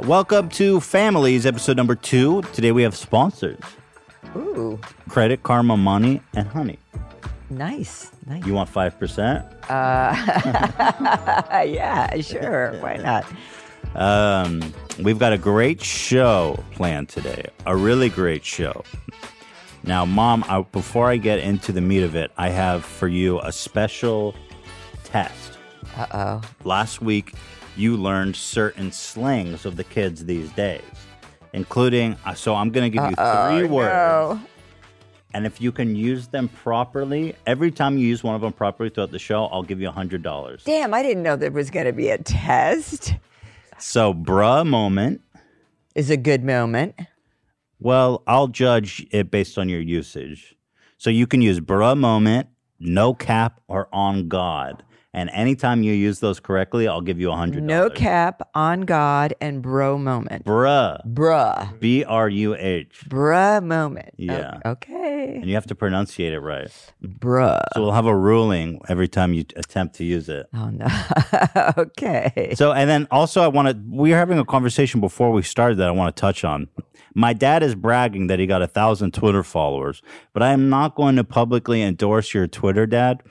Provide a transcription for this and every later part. Welcome to Families, episode number two. Today we have sponsors Ooh, Credit Karma Money and Honey. nice. Nice. You want 5%? Uh, yeah, sure. Why not? Um, we've got a great show planned today, a really great show. Now, Mom, I, before I get into the meat of it, I have for you a special test. Uh oh. Last week, you learned certain slangs of the kids these days, including. uh, So I'm going to give you three words, and if you can use them properly, every time you use one of them properly throughout the show, I'll give you a hundred dollars. Damn, I didn't know there was going to be a test. So, bruh, moment. Is a good moment. Well, I'll judge it based on your usage. So you can use bruh moment, no cap, or on God. And anytime you use those correctly, I'll give you a hundred. No cap on God and bro moment. Bruh. Bruh. B R U H. Bruh moment. O- Yeah. Okay. And you have to pronunciate it right. Bruh. So we'll have a ruling every time you attempt to use it. Oh, no. okay. So, and then also, I want to, we were having a conversation before we started that I want to touch on. My dad is bragging that he got a thousand Twitter followers, but I am not going to publicly endorse your Twitter, Dad,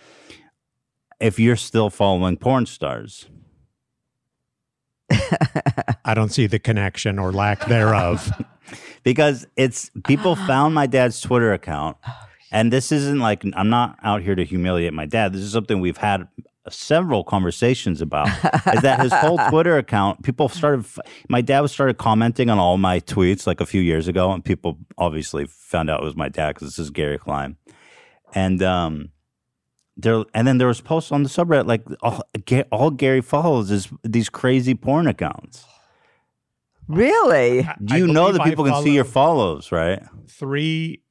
if you're still following porn stars. I don't see the connection or lack thereof. Because it's people found my dad's Twitter account. Oh, And this isn't like, I'm not out here to humiliate my dad. This is something we've had several conversations about is that his whole Twitter account, people started, f- my dad was started commenting on all my tweets like a few years ago. And people obviously found out it was my dad because this is Gary Klein. And, um, there, and then there was posts on the subreddit like all, Ga- all Gary follows is these crazy porn accounts. Really? Do you know that believe I people can see your follow follows, right? Three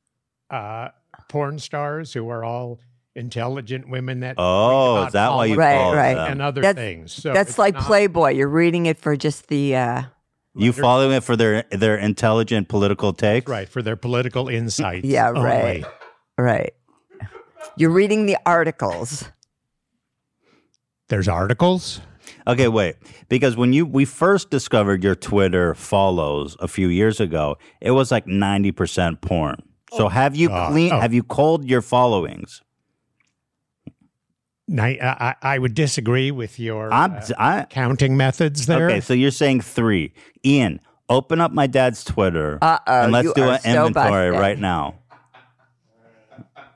uh, porn stars who are all intelligent women that Oh, not is that why you Right, follow right. them? and uh, other That's- things. So That's it's like not- Playboy. You're reading it for just the. Uh, You follow it for their their intelligent political takes, right for their political insights. Yeah, only. right. Right. You're reading the articles. There's articles. Okay, wait. Because when you we first discovered your Twitter follows a few years ago, it was like ninety percent porn. So have you God. clean? Oh. Have you called your followings? Ni- I, I I would disagree with your I'm, uh, I counting methods there. okay. So you're saying three. Ian, open up my dad's Twitter Uh-oh, and let's you do are an so inventory busted. right now.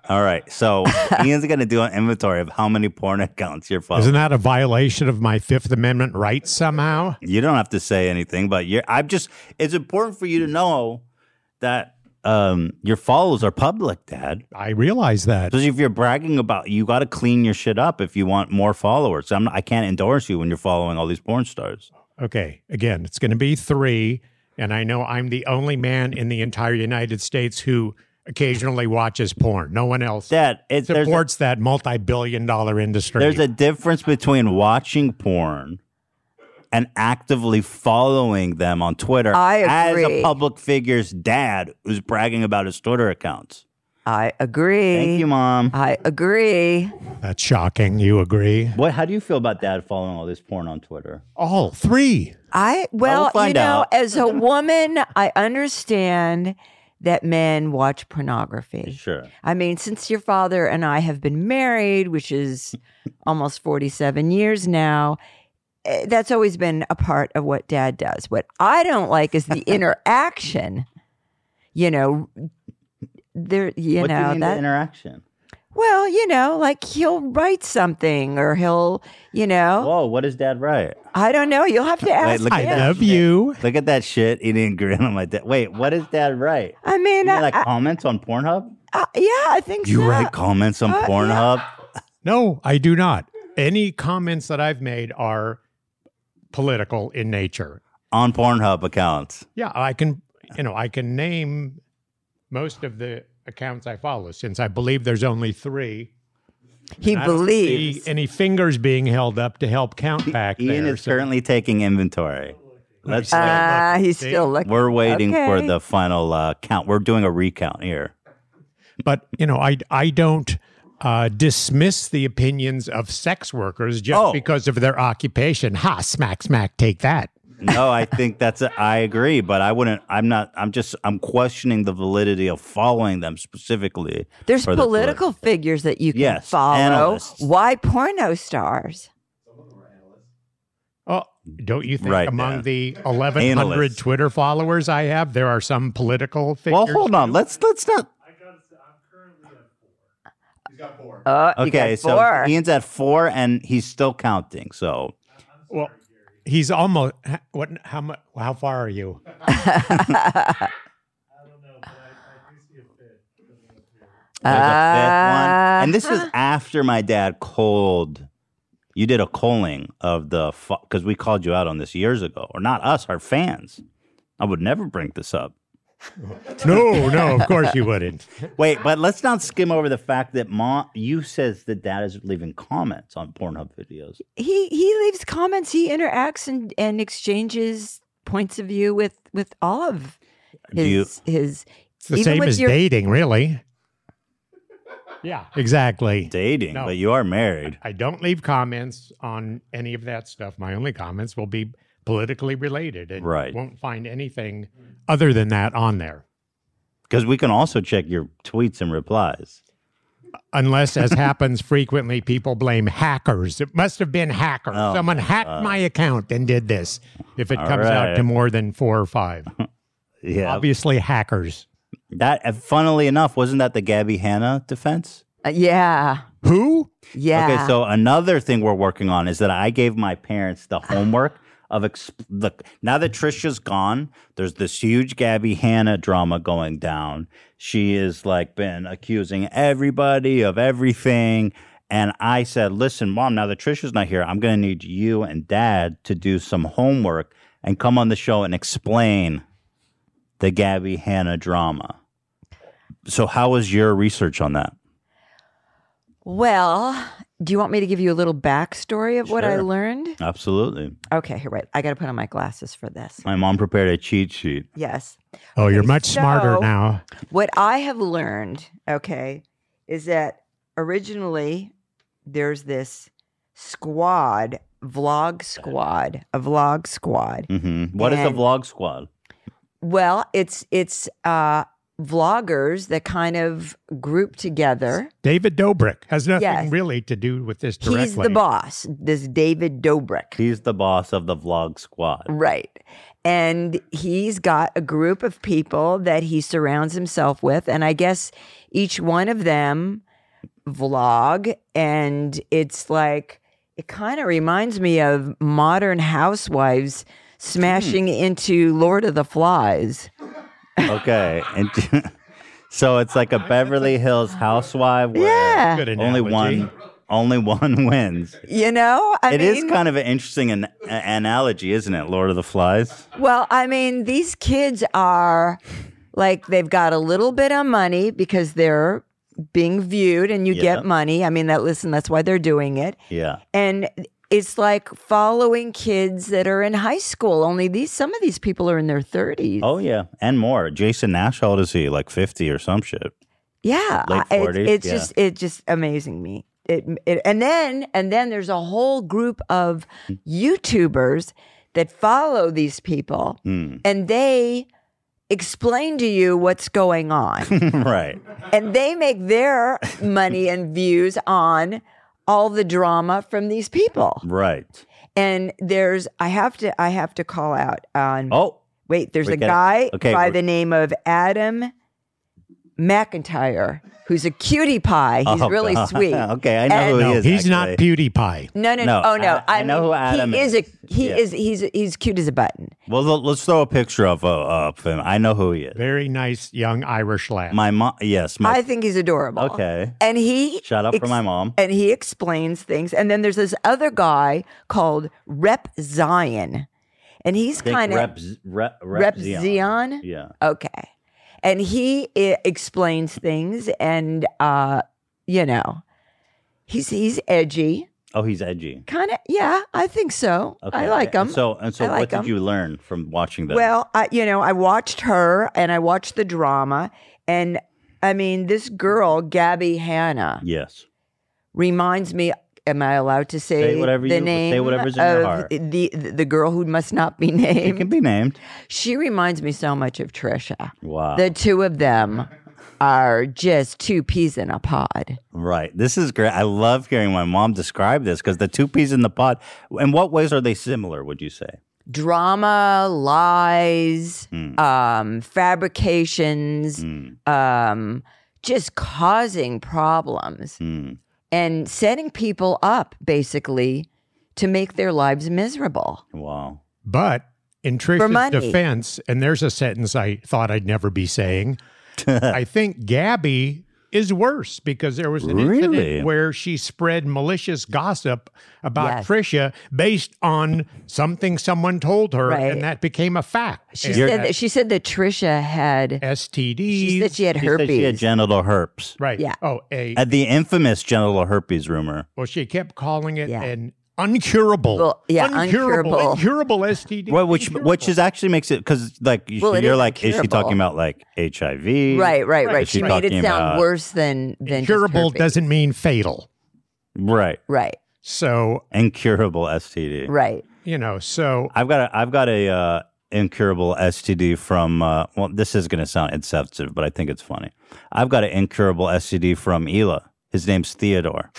All right. So Ian's gonna do an inventory of how many porn accounts you're following. Isn't that a violation of my Fifth Amendment rights somehow? You don't have to say anything, but you're. I'm just. It's important for you to know that um, your follows are public, Dad. I realize that. Especially if you're bragging about, you got to clean your shit up if you want more followers. I'm. not- I can't endorse you when you're following all these porn stars. Okay, again, it's going to be three. And I know I'm the only man in the entire United States who occasionally watches porn. No one else Dad, it, there's a, supports that multi billion dollar industry. there's a difference between watching porn and actively following them on Twitter I as a agree. public figure's dad who's bragging about his Twitter accounts. I agree. Thank you, mom. I agree. That's shocking. You agree? What? How do you feel about dad following all this porn on Twitter? All three. I well, you find know, out. as a woman, I understand that men watch pornography. Sure. I mean, since your father and I have been married, which is almost 47 years now, eh, that's always been a part of what dad does. What I don't like is the interaction. You know, there you what know do you mean that the interaction? Well, you know, like he'll write something or he'll, you know, Whoa, what is dad right? I don't know. You'll have to ask. look I at that. him. love you. Look at that shit. He didn't grin on my dad. Wait, what is dad right? I You mean, mean like I, comments on Pornhub? I, Uh, yeah, I think You so. write comments on Uh, yeah. Pornhub? No, I do not. Any comments that I've made are political in nature. On Pornhub accounts. Yeah, I can, you know, I can name most of the accounts I follow since I believe there's only three. He I don't see believes. any fingers being held up to help count back Ian there. is so- currently taking inventory. Let's still Ah, looking. he's See? still looking. we're waiting for Okay. the final uh, count. We're doing a recount here. But you know, I I don't uh, dismiss the opinions of sex workers just Oh. because of their occupation. Ha! Smack, smack. Take that. no, I think that's. A, I agree, but I wouldn't. I'm not. I'm just. I'm questioning the validity of following them specifically. There's for the polit- political figures that you can Yes, follow. analysts. Why porno stars? Oh, don't you think Right, among yeah. the 1,100 Analysts. Twitter followers I have, there are some political figures? Well, hold on. Let's let's not. Oh, you Okay, got so four. Ian's at four, and he's still counting. So Well, he's almost. h- What? How much? How far are you? there's a fifth Ah. one, and this is after my dad called. You did a calling of the because we called you out on this years ago, or not us, our fans. I would never bring this up. no, no. Of course you wouldn't. Wait, but let's not skim over the fact that mom, you says that dad is leaving comments on Pornhub videos. he he leaves comments. He interacts and, and exchanges points of view with with all of Do you- his his. It's the Even same with as your- dating, really. Yeah, exactly. Dating, No. but you are married. I don't leave comments on any of that stuff. My only comments will be politically related, and you Right. won't find anything other than that on there, Because we can also check your tweets and replies. unless, as happens frequently, people blame hackers. It must have been hackers. Oh, Someone hacked my account and did this. If it All comes out to right. more than four or five, Yeah. obviously hackers. That, and funnily enough, wasn't that the Gabby Hanna defense? Uh, yeah, Who? yeah. Okay, so another thing we're working on is that I gave my parents the homework of exp- the now that Trisha's gone, there's this huge Gabby Hanna drama going down. She is like been accusing everybody of everything. And I said, listen, mom, now that Trisha's not here, I'm going to need you and dad to do some homework and come on the show and explain the Gabby Hanna drama. So, how was your research on that? well, do you want me to give you a little backstory of what I Sure. learned? Absolutely. Okay, here, wait. I got to put on my glasses for this. My mom prepared a cheat sheet. Yes. Oh, you're much smarter so- now. What I have learned, okay, is that originally there's this squad, vlog squad, a vlog squad. Mm-hmm. What is the And- vlog squad? Well, it's it's uh vloggers that kind of group together. David Dobrik has nothing Yes. really to do with this directly. He's the boss, this David Dobrik. He's the boss of the vlog squad. Right. And he's got a group of people that he surrounds himself with. And I guess each one of them vlog. And it's like, it kind of reminds me of modern housewives smashing Hmm. into Lord of the Flies. Okay, and so it's like a Beverly Hills housewife where Yeah. Good only analogy. one, only one wins. You know? I It mean, is kind of an interesting an- a- analogy, isn't it? Lord of the Flies. Well, I mean, these kids are like they've got a little bit of money because they're being viewed and you Yeah. get money. I mean, that listen, that's why they're doing it. Yeah. And it's like following kids that are in high school. Only these some of these people are in their 30s. Oh yeah, and more. Jason Nash, how old is he? Like fifty or some shit. yeah. late I- it- 40s, it's yeah. just it just amazing me. It, it and then and then there's a whole group of YouTubers that follow these people Hmm. and they explain to you what's going on. right. and they make their money and views on all the drama from these people. Right. And there's I have to I have to call out on Oh, wait, there's we a get it. guy Okay, by we're- the name of Adam McIntyre who's a cutie pie. He's Oh, really God. sweet. okay, I know And- who he No, is. he's not actually. PewDiePie. No, no, No, no. Oh no! I- I know who mean, Adam he is. is. a he Yeah. is he's he's cute as a button. Well, l- let's throw a picture of uh, up him. I know who he is. Very nice young Irish lad. My mom. Yes. My. I think he's adorable. okay. And he Shout out for ex- my mom. and he explains things. And then there's this other guy called Rep Zion, and he's Think kind of Rep, Z- Rep, Rep, Rep Zion. Zion. Yeah. Okay, and he i- explains things, and uh, you know, he's he's edgy, Oh, he's edgy. kind of. Yeah, I think so. I like him. And so and so, I what like did him. you learn from watching them? Well, I, you know, I watched her, and I watched the drama, and I mean, this girl Gabby Hanna. yes. reminds me am I allowed to say, Say whatever the you- say name whatever's in of your heart. the the girl who must not be It named? can be named. she reminds me so much of Trisha. Wow. The two of them are just two peas in a pod. right. This is great. I love hearing my mom describe this because the two peas in the pod. In what ways are they similar? Would you say? Drama, lies, Hmm. um, fabrications, Mm, um, just causing problems mm. and setting people up basically to make their lives miserable. Wow. But in For Trish's money. defense, and there's a sentence I thought I'd never be saying, I think Gabby is worse because there was an Really? incident where she spread malicious gossip about Yes. Trisha based on something someone told her, Right. and that became a fact. She And said that she said that Trisha had she said STDs. she had She said herpes. she had genital herpes. Right. Yeah. Oh, a At the infamous genital herpes rumor. well, she kept calling it Yeah. an uncurable, Well, yeah, uncurable. uncurable, incurable STD. Well, which Incurable. which is actually makes it because like you, Well, it you're is like, is she incurable. talking about like HIV? Right, right, right. Is She she made it talking sound about- worse than than just curable herpes. doesn't mean fatal. right. Right, So Incurable STD. right. you know, so I've got a I've got a uh, incurable STD from uh, well, this is going to sound insensitive, but I think it's funny. I've got an incurable STD from Ela. His name's Theodore.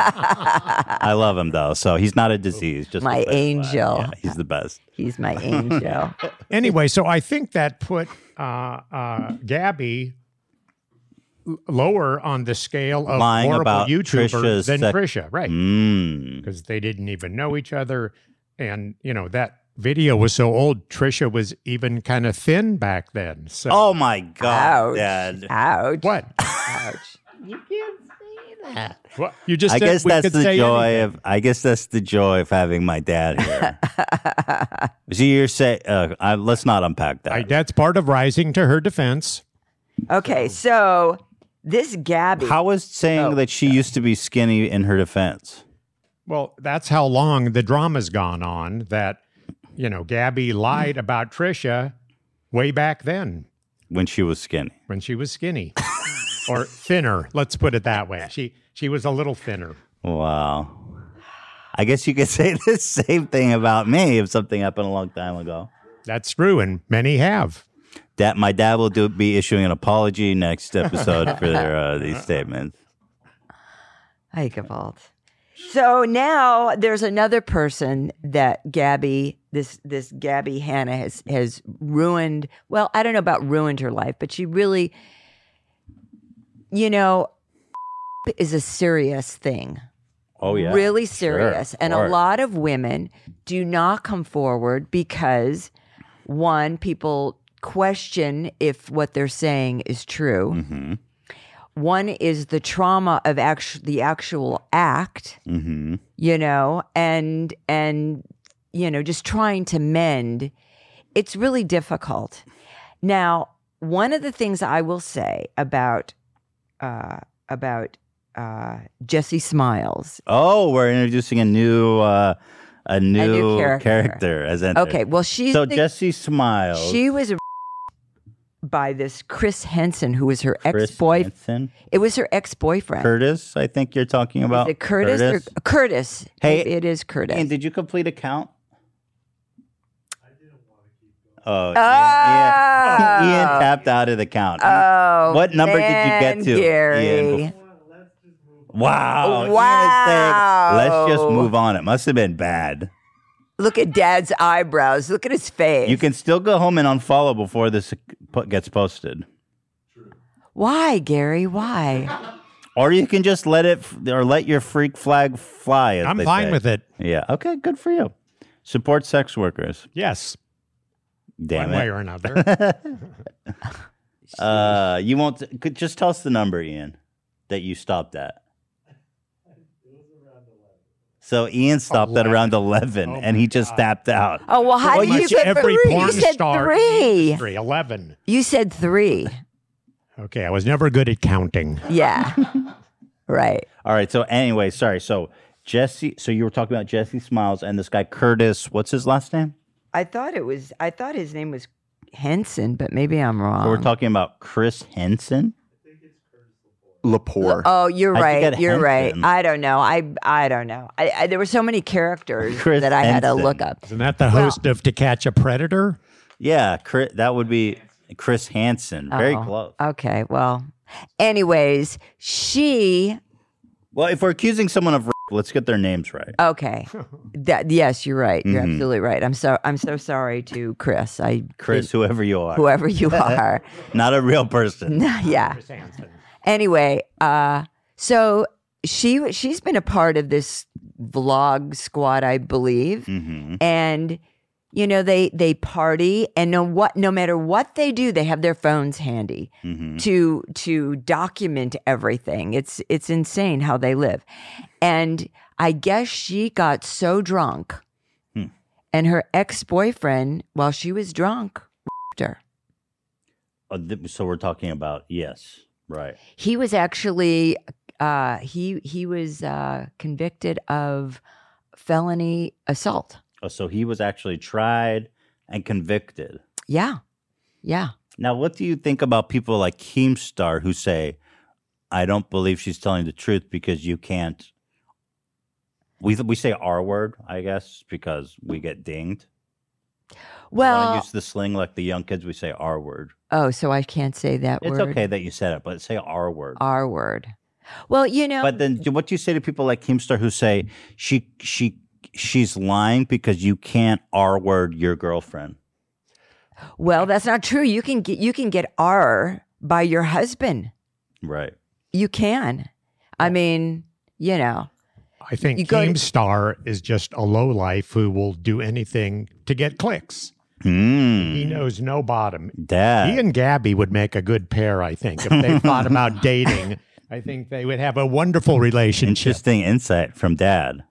I love him though, so he's not a Oh, disease. Just to My clarify. angel. Yeah, he's the best. He's my angel. anyway, so I think that put uh, uh, Gabby l- lower on the scale of Lying horrible about YouTubers Trisha's than sec- Trisha, right? Mm. Because they didn't even know each other, and you know that video was so old. Trisha was even kind of thin back then. So Oh my God, Ouch. Dad. Ouch. what? Ouch. You can't say that. What? You just I said guess we that's could the say joy anything. of. I guess that's the joy of having my dad here. so you're saying, uh, I, let's not unpack that. I, that's part of rising to her defense. Okay, so this Gabby. How was saying Oh, that she used to be skinny in her defense? Well, that's how long the drama's gone on that, you know, Gabby lied about Trisha way back then when she was skinny. when she was skinny or thinner. Let's put it that way. She she was a little thinner. Wow. I guess you could say the same thing about me if something happened a long time ago. That's true, and many have. That my dad will do, be issuing an apology next episode for their, uh, these statements. Eichenwald. So now there's another person that Gabby, this this Gabby Hannah has has ruined. Well, I don't know about ruined her life, but she really, you know, is a serious thing. Oh yeah, really serious. Sure, and a course. lot of women do not come forward because one, people question if what they're saying is true. Mm. Mm-hmm. One is the trauma of actu- the actual act, Mm-hmm. you know, and and you know, just trying to mend. It's really difficult. Now, one of the things I will say about uh, about uh, Jesse Smiles Oh, we're introducing a new uh, a new, character. as in Okay, well she's So the- Jesse smiles. she was by this Chris Henson who was her Chris ex boy. Hansen. It was her ex boyfriend. Curtis. I think you're talking about Is it Curtis, or Curtis? Hey, Maybe it is Curtis. And did you complete a count? Oh, Ian, Oh. Ian, Ian tapped out of the count. oh, what number did you get man, to, Gary? Ian? wow. Ian is Wow. saying, Let's just move on. It must have been bad. Look at Dad's eyebrows. Look at his face. You can still go home and unfollow before this po- gets posted. Why, Gary? Why? Or you can just let it, f- or let your freak flag fly. As I'm fine with it. Yeah. Okay. Good for you. Support sex workers. Yes, Damn one way it. or another. Uh, you won't. Could just tell us the number, Ian, that you stopped at. So Ian stopped at around eleven, and he just tapped out. Oh well, how do you Much get every three? porn You said star three. three eleven. You said three. Okay, I was never good at counting. Yeah. right. All right. So anyway, sorry. So Jesse. So you were talking about Jesse Smiles and this guy Curtis. What's his last name? I thought it was. I thought his name was Henson, but maybe I'm wrong. So we're talking about Chris Henson. Lepore. Oh, you're How'd you right. get You're right. Henson? I don't know. I I don't know. I, I, there were so many characters Chris that I had to Henson. look up. Isn't that the Well- host of To Catch a Predator? Yeah, Chris, that would be Chris Hansen. Very Uh-oh. close. Okay. Well, anyways, she. Well, if we're accusing someone of rape, let's get their names right. Okay. That yes, you're right. You're Mhm. absolutely right. I'm so I'm so sorry to Chris. I Chris, whoever you are, whoever you are. not a real person. yeah. anyway, uh, so she she's been a part of this vlog squad, I believe, hmm and you know they they party, and no what no matter what they do, they have their phones handy hmm to to document everything. It's it's insane how they live, and I guess she got so drunk, Hmm. and her ex boyfriend, while she was drunk, raped her. Uh, th- so we're talking about yes, right? He was actually uh, he he was uh, convicted of felony assault. Oh, so he was actually tried and convicted. Yeah, yeah. Now, what do you think about people like Keemstar who say, "I don't believe she's telling the truth because you can't." We we say R word, I guess, because we get dinged. We wanna Well, use the sling like the young kids. We say R word. oh, so I can't say that It's word. okay that you said it, but say R word. R word. Well, you know, But then, do- what do you say to people like Keemstar who say she she she's lying because you can't R word your girlfriend? well, that's not true. You can get you can get R by your husband. Right. You can. I mean, you know, I think You go- Keemstar is just a lowlife who will do anything to get clicks. He Mm, knows no bottom. Dad. He and Gabby would make a good pair, I think, if they thought about dating. I think they would have a wonderful relationship. Interesting insight from Dad.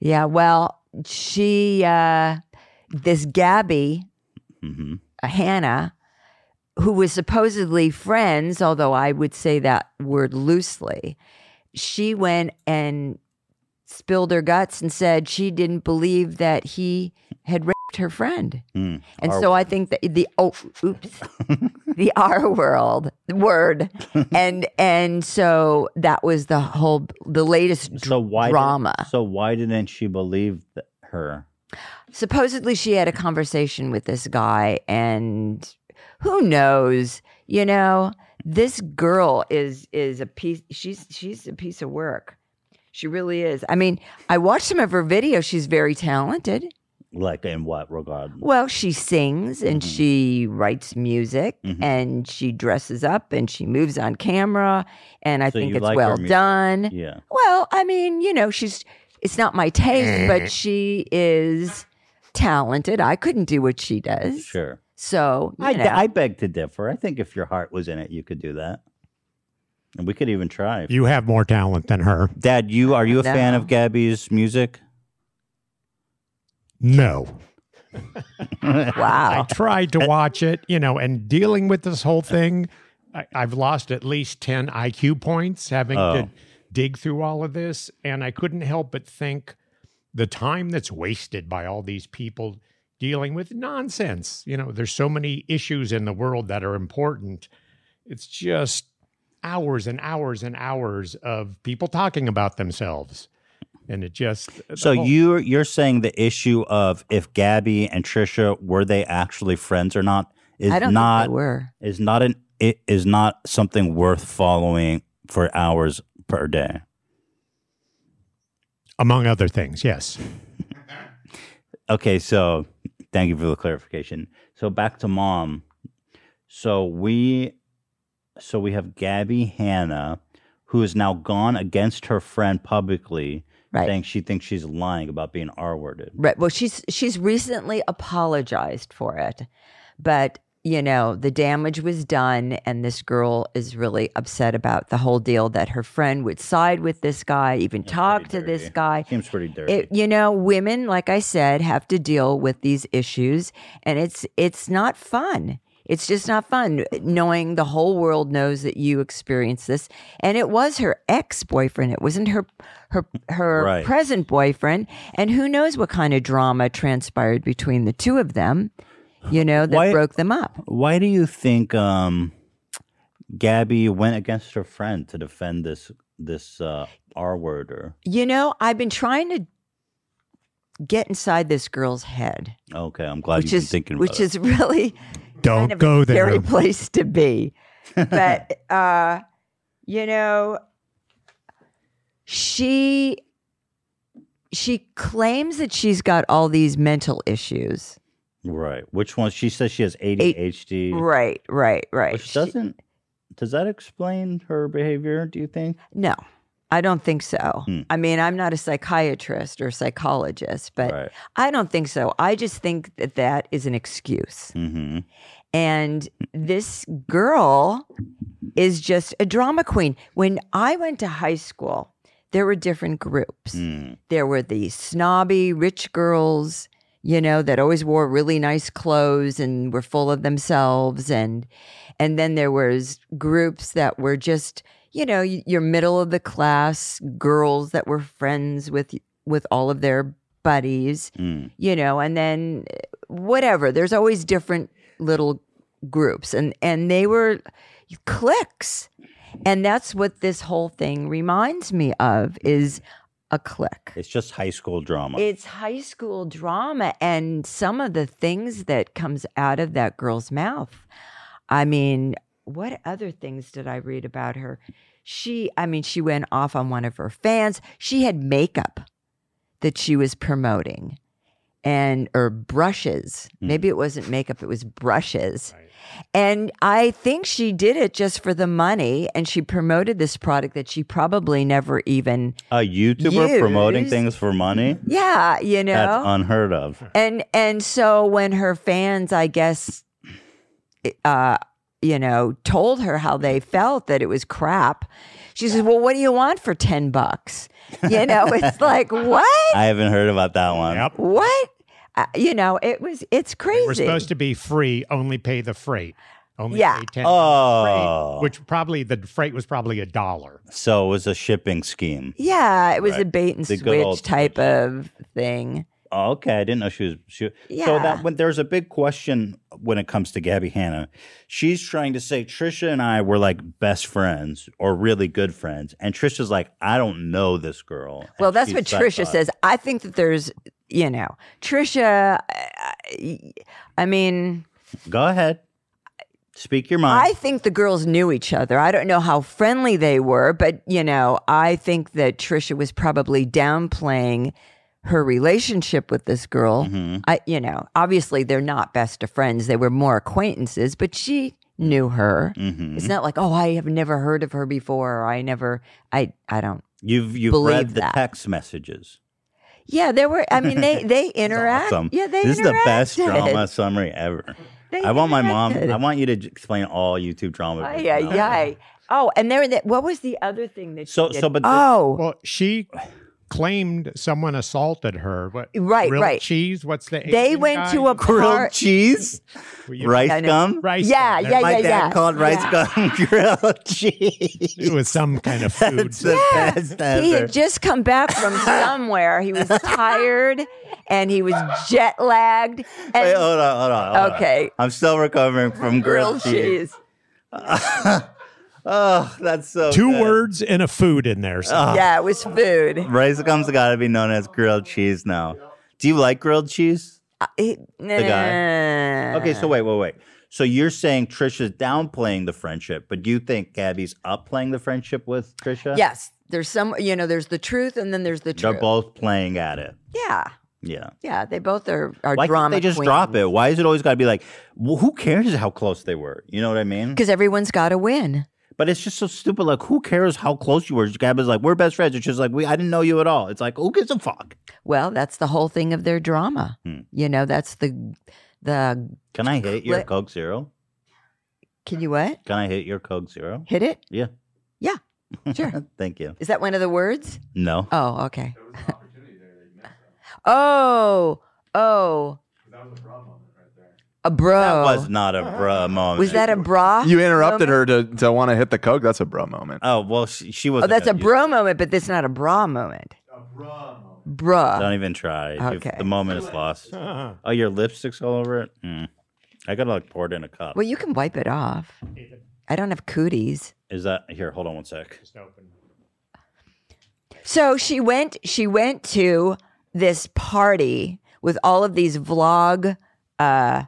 yeah. Well, she uh, this Gabby hmm uh, Hannah, who was supposedly friends, although I would say that word loosely, she went and spilled her guts and said she didn't believe that he had raped her friend. Mm. And R so I think that the oh oops the R world word and and so that was the whole the latest So why did- drama. so why didn't she believe th- her? supposedly she had a conversation with this guy and who knows you know this girl is is a piece she's she's a piece of work she really is i mean i watched some of her videos she's very talented Like in what regard? well she sings and Mhm. she writes music Mhm. and she dresses up and she moves on camera and i So think you it's like her well music. done Yeah. well, I mean, you know, she's it's not my taste, Eh. but she is talented. I couldn't do what she does. Sure. So, you I, know, I beg to differ. I think if your heart was in it, you could do that, and we could even try. You have more talent than her. Dad, you are you a fan No. of Gabby's music? No. I wow. tried to watch it, you know, and dealing with this Uh, whole thing, I, I've lost at least 10 IQ points having Oh. to dig through all of this. And I couldn't help but think the time that's wasted by all these people dealing with nonsense. You know, there's so many issues in the world that are important. It's just hours and hours and hours of people talking about themselves. And it just uh, the So whole- you're you're saying the issue of if Gabby and Trisha were they actually friends or not is I don't think not they were. is not an it is not something worth following for hours per day. among other things, yes. Okay, so thank you for the clarification. So back to mom. So we so we have Gabby Hannah who has now gone against her friend publicly Right. saying she thinks she's lying about being R-worded. Right. Well, she's she's recently apologized for it. But, you know, the damage was done and this girl is really upset about the whole deal that her friend would side with this guy, even talk to this dirty. guy. Seems pretty dirty. it, you know women like i said have to deal with these issues and it's it's not fun it's just not fun knowing the whole world knows that you experienced this and it was her ex-boyfriend it wasn't her her her Right. present boyfriend and who knows what kind of drama transpired between the two of them you know that Why- broke them up Why do you think um Gabby went against her friend to defend this this uh, R word or You know, I've been trying to get inside this girl's head, okay. I'm glad which Oh, you've is been thinking about which it. is really Don't kind of Oh, go a scary there. place to be. But uh, you know, she she claims that she's got all these mental issues. right. Which one? She says she has ADHD. Right, right, right. Which She- doesn't. Does that explain her behavior? Do you think? no, I don't think so. Hmm. I mean, I'm not a psychiatrist or psychologist, but right. I don't think so. I just think that that is an excuse. Mm-hmm. And this girl is just a drama queen. When I went to high school, there were different groups. Mm. There were the snobby rich girls, you know, that always wore really nice clothes and were full of themselves and and then there was groups that were just, you know, y- your middle of the class girls that were friends with with all of their buddies Mm. you know and then uh, whatever there's always different little groups and and they were cliques and that's what this whole thing reminds me of is a clique It's just high school drama. it's high school drama and some of the things that comes out of that girl's mouth. I mean, what other things did I read about her? She, I mean, she went off on one of her fans. She had makeup that she was promoting and or brushes. Hmm. Maybe it wasn't makeup, it was brushes. Right. And I think she did it just for the money and she promoted this product that she probably never even a YouTuber promoting Use- things for money. Yeah, you know. That's unheard of. and and so when her fans i guess uh you know told her how they felt that it was crap she says well what do you want for 10 bucks you know it's like what I haven't heard about that one. Yep. what uh, you know it was it's crazy We're supposed to be free, only pay the freight. Only Yeah. pay 10 Oh, freight, which probably the freight was probably a dollar. so it was a shipping scheme. yeah it was a Right. bait and The good switch old type switch. of thing Oh, okay, I didn't know she was. She, yeah So that when there's a big question when it comes to Gabby Hanna, she's trying to say Trisha and I were like best friends or really good friends, and Trisha's like, I don't know this girl. And uh, Well, that's she's what Trisha psycho. says. I think that there's, you know, Trisha. I, I mean, Go ahead, speak your I mind. think the girls knew each other. I don't know how friendly they were, but you know, I think that Trisha was probably downplaying her relationship with this girl. Mhm. I, you know, obviously they're not best of friends; they were more acquaintances. But she knew her. Mhm. It's not like, oh, I have never heard of her before. Or I never, I, I don't. You've you've believe read the that. text messages. Yeah, there were. I mean, they they interact. Awesome. Yeah, they this is the best interacted. drama summary ever. They I want my mom. interacted. I want you to j- explain all YouTube drama. Ay, videos. ay, ay. Oh, and there. That, what was the other thing that? she So- did? so, but the- oh, Well, she claimed someone assaulted her. What, Right, grilled right. Cheese? What's the they Asian went guy? to a Grilled bar. cheese, Were you- rice I know. gum. Rice. Yeah, There- yeah, My yeah. dad called rice yeah. gum grilled cheese. It was some kind of food. That's the Yeah. best He ever. had just come back from somewhere. He was tired and he was jet lagged. And Wait, hold on, hold on. hold on. Okay. I'm still recovering from grilled, cheese. oh, that's so Two good. words and a food in there. So Ah. Yeah, it was food. Rice gum's got to be known as grilled cheese now. Do you like grilled cheese? Uh, He- Okay, so wait, wait, wait. So you're saying Trisha's downplaying the friendship, but do you think Gabby's upplaying the friendship with Trisha? Yes, there's some. You know, there's the truth, and then there's the They're truth. both playing at it. yeah, Yeah. yeah. They both are are Why can't drama. they just drop it? Why is it always got to be like, well, who cares how close they were? You know what I mean? Because everyone's got to win. But it's just so stupid. Like, who cares how close you were? Gabby's like, we're best friends. It's just like, we, I didn't know you at all. It's like, who gives a fuck? Well, that's the whole thing of their drama. Hmm. You know, that's the the. Can I hit your Let- Coke Zero? Can you what? Can I hit your Coke Zero? Hit it? Yeah. Yeah. Sure. Thank you. Is that one of the words? No. Oh, okay. oh, oh. That was a bra That moment right there. A bro. was not a bruh moment. Oh. Was that a bra? You interrupted moment? her to, to want to hit the coke. That's a bro moment. Oh, well, she, she was. Oh, that's a bro moment, but that's not a bra moment. A bra moment. Don't even try. You've- Okay. The moment is lost. Uh-huh. Oh, Hmm. your lipstick's all over it? Mm. I gotta like pour it in a cup. Well, you can wipe it off. I don't have cooties. Is that here? Hold on one sec. Just open. So she went she went to this party with all of these vlog uh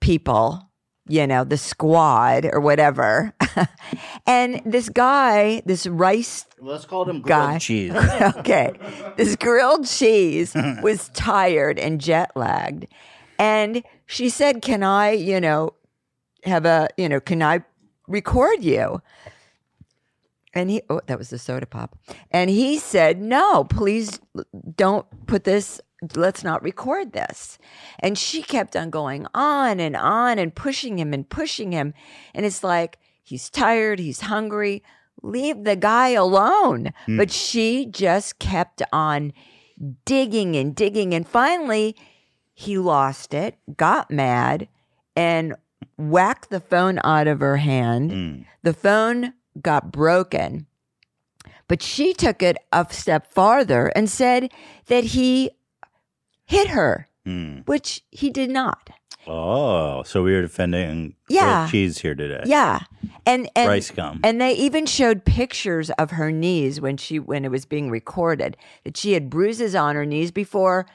people, you know, the squad or whatever. and this guy, this rice Let's call them grilled Guy. cheese. okay. This grilled cheese was tired and jet lagged. And she said, Can I, you know, have a, you know, can I record you? And he, oh, that was the soda pop. And he said, No, please don't put this, let's not record this. And she kept on going on and on and pushing him and pushing him. And it's like, he's tired, he's hungry, leave the guy alone. But she just kept on digging and digging. And finally, he lost it, got mad, and whacked the phone out of her hand. Hmm. The phone got broken. But she took it a step farther and said that he hit her, which he did not. Hmm. Oh, so we are defending Yeah. grilled cheese here today. Yeah. And and Rice gum. and they even showed pictures of her knees when she when it was being recorded that she had bruises on her knees before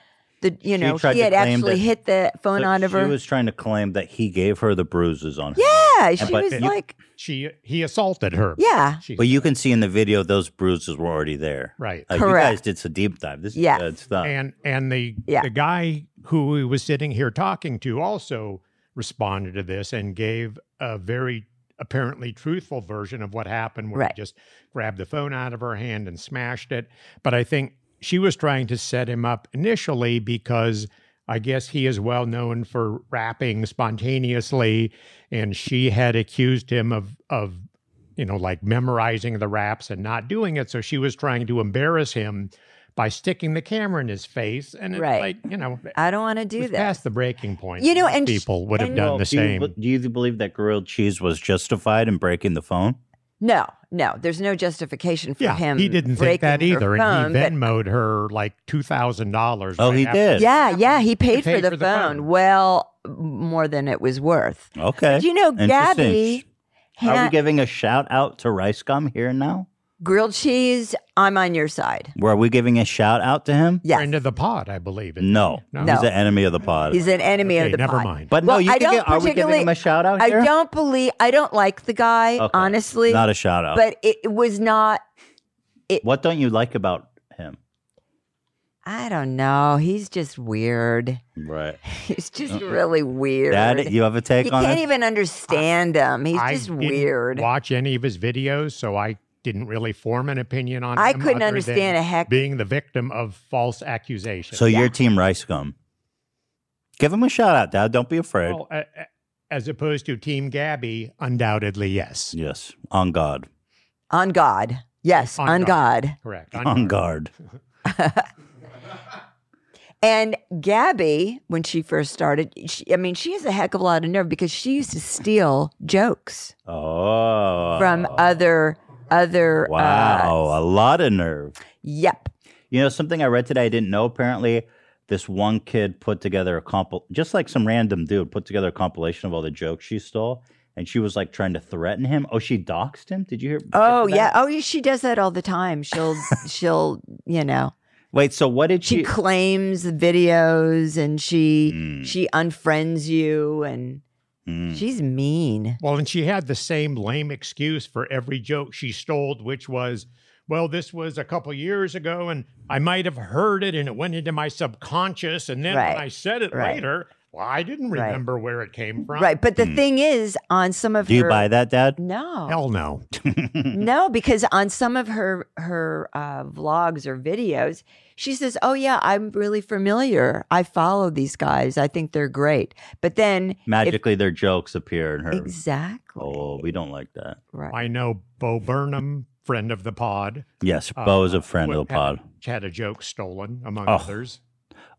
the you know tried he to had claim actually that- hit the phone So out of she her. was trying to claim that he gave her the bruises on her. yeah, she but was you- like She he assaulted her. yeah. She, But you can see in the video those bruises were already there. right. Like Correct. you guys did some deep dive. This Yeah. is good stuff. and and the Yeah. the guy who we was sitting here talking to also responded to this and gave a very apparently truthful version of what happened where Right. he just grabbed the phone out of her hand and smashed it but i think she was trying to set him up initially because i guess he is well known for rapping spontaneously and she had accused him of of you know like memorizing the raps and not doing it so she was trying to embarrass him by sticking the camera in his face and it's Right. like you know I don't want to do it's that. past the breaking point You know, and sh- people would have and- done Well, the do you same be- do you believe that grilled cheese was justified in breaking the phone? No, no, there's no justification for yeah him. he didn't think that breaking her either phone, and he but- venmoed her like $2000 Oh, right he after- did. yeah, yeah, he paid, for, paid the for the phone phone. well more than it was worth. Okay. Eh, Do you know Interesting. Gabby? Are ha- we giving a shout out to Rice Gum here and now? grilled cheese. I'm on your side. Were we giving a shout out to him? Yes. friend of the pod i believe No. No. He's No. the enemy of the pod. He's an enemy okay, of the never pod. mind but Well, no, you I can don't get, are we giving particularly- him a shout out I here? don't believe I don't like the guy, Okay. honestly. Not a shout out. but it was not what don't you like about him? I don't know. He's just weird. Right. He's just really weird. Dad, you have a take you on can't it? even understand him. He's I just didn't weird. watch any of his videos so i didn't really form an opinion on I him couldn't other than understand a heck. being the victim of false accusations So you're Team Rice Gum. Give him a shout out, Dad. Don't be afraid. Well, a- a- as opposed to Team Gabby, undoubtedly, yes. Yes. On God. on God. Yes, on, On God. God. Correct. On guard. And Gabby, when she first started, she, I mean, she has a heck of a lot of nerve because she used to steal jokes Oh. from other other uh, Wow. a lot of nerve. yep. You know, something I read today I didn't know apparently. This one kid put together a comp, just like some random dude put together a compilation of all the jokes she stole, and she was like trying to threaten him. Oh, she doxed him. Did you hear? Oh hear that? yeah. Oh, she does that all the time. She'll she'll you know Wait, so what did she she? claims videos and she Mm. she unfriends you and Mm. she's mean. Well, and she had the same lame excuse for every joke she stole, which was, well, this was a couple years ago and I might have heard it and it went into my subconscious. And then Right. when I said it Right. later, well, I didn't Right. remember where it came from. Right, but the Mm. thing is on some of Do you her buy that, Dad? No. Hell no. No, because on some of her her uh, vlogs or videos, she says, "Oh yeah, I'm really familiar. I follow these guys. I think they're great." But then Magically, their jokes appear in her. exactly Oh, we don't like that. right. I know Bo Burnham, friend of the pod, Yes, Uh, Bo is a friend wa- of the had- pod. had a joke stolen, among Oh. others.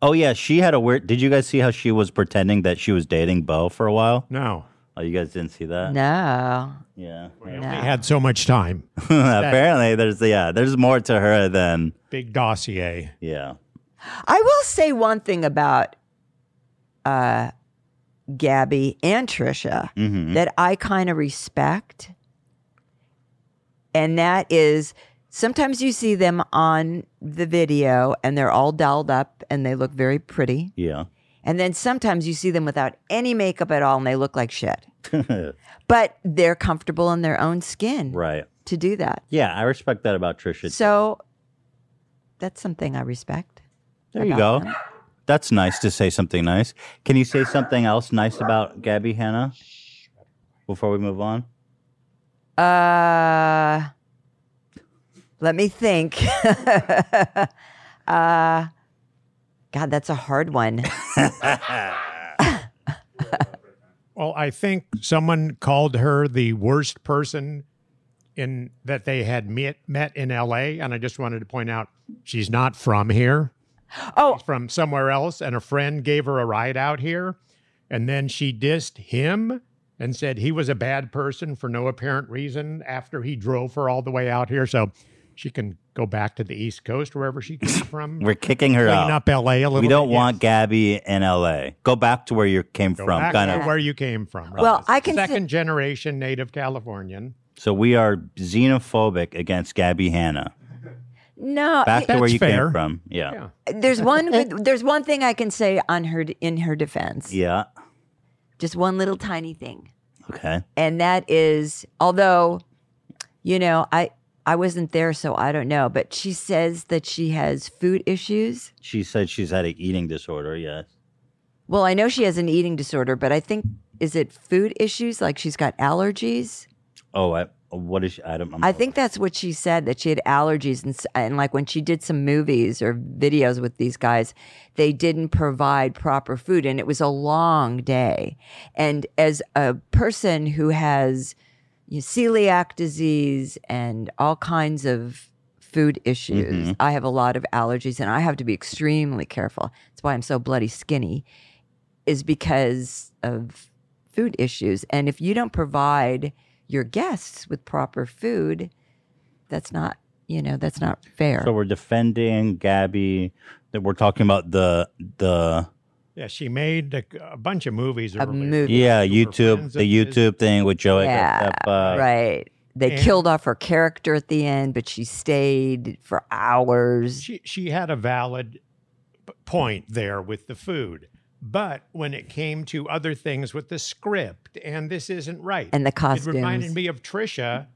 Oh yeah, she had a weird. Did you guys see how she was pretending that she was dating Bo for a while? No. Oh, you guys didn't see that? no. Yeah. We No. only had so much time. Apparently, there's yeah, there's more to her than Big dossier. yeah. I will say one thing about uh, Gabby and Trisha Mm-hmm. that I kind of respect and that is sometimes you see them on the video and they're all dolled up and they look very pretty. Yeah. And then sometimes you see them without any makeup at all and they look like shit. but they're comfortable in their own skin right. to do that. Yeah, I respect that about Trisha. So that's something I respect. there you go. That's nice to say something nice. Can you say something else nice about Gabby Hanna before we move on? Uh, let me think. uh, God, that's a hard one. Well, I think someone called her the worst person in that they had met, met in LA. And I just wanted to point out she's not from here. Oh, She's from somewhere else. And a friend gave her a ride out here. And then she dissed him and said he was a bad person for no apparent reason after he drove her all the way out here. So she can go back to the East Coast, wherever she came from. We're kicking her Clean out. up LA a little we don't bit. want yes. Gabby in LA. Go back to where you came Go from. back Kind to of. where you came from. right? Well, I can say- second generation native Californian. So we are xenophobic against Gabby Hanna. no. Back to That's where you fair. came from. Yeah. There's one good, there's one thing I can say on her in her defense. Yeah. Just one little tiny thing. Okay. And that is although you know, I I wasn't there so I don't know, but she says that she has food issues. She said she's had an eating disorder. Yes. Well, I know she has an eating disorder, but I think is it food issues like she's got allergies? Oh, I, what is she? I don't. I'm, I think that's what she said that she had allergies and, s- and like when she did some movies or videos with these guys, they didn't provide proper food and it was a long day. And as a person who has you know, celiac disease and all kinds of food issues, I have a lot of allergies and I have to be extremely careful. That's why I'm so bloody skinny is because of food issues. And if you don't provide your guests with proper food, that's not, you know, that's not fair. so. We're defending Gabby. That we're talking about the the Yeah, she made a, a bunch of movies. A earlier. movie. yeah Super YouTube friends the of his. YouTube thing with Joey. yeah, Castefa. right. They uh, And- killed off her character at the end, but she stayed for hours. She she had a valid p- point there with the food, but when it came to other things with the script and this isn't right, And the it reminded costumes. me of Trisha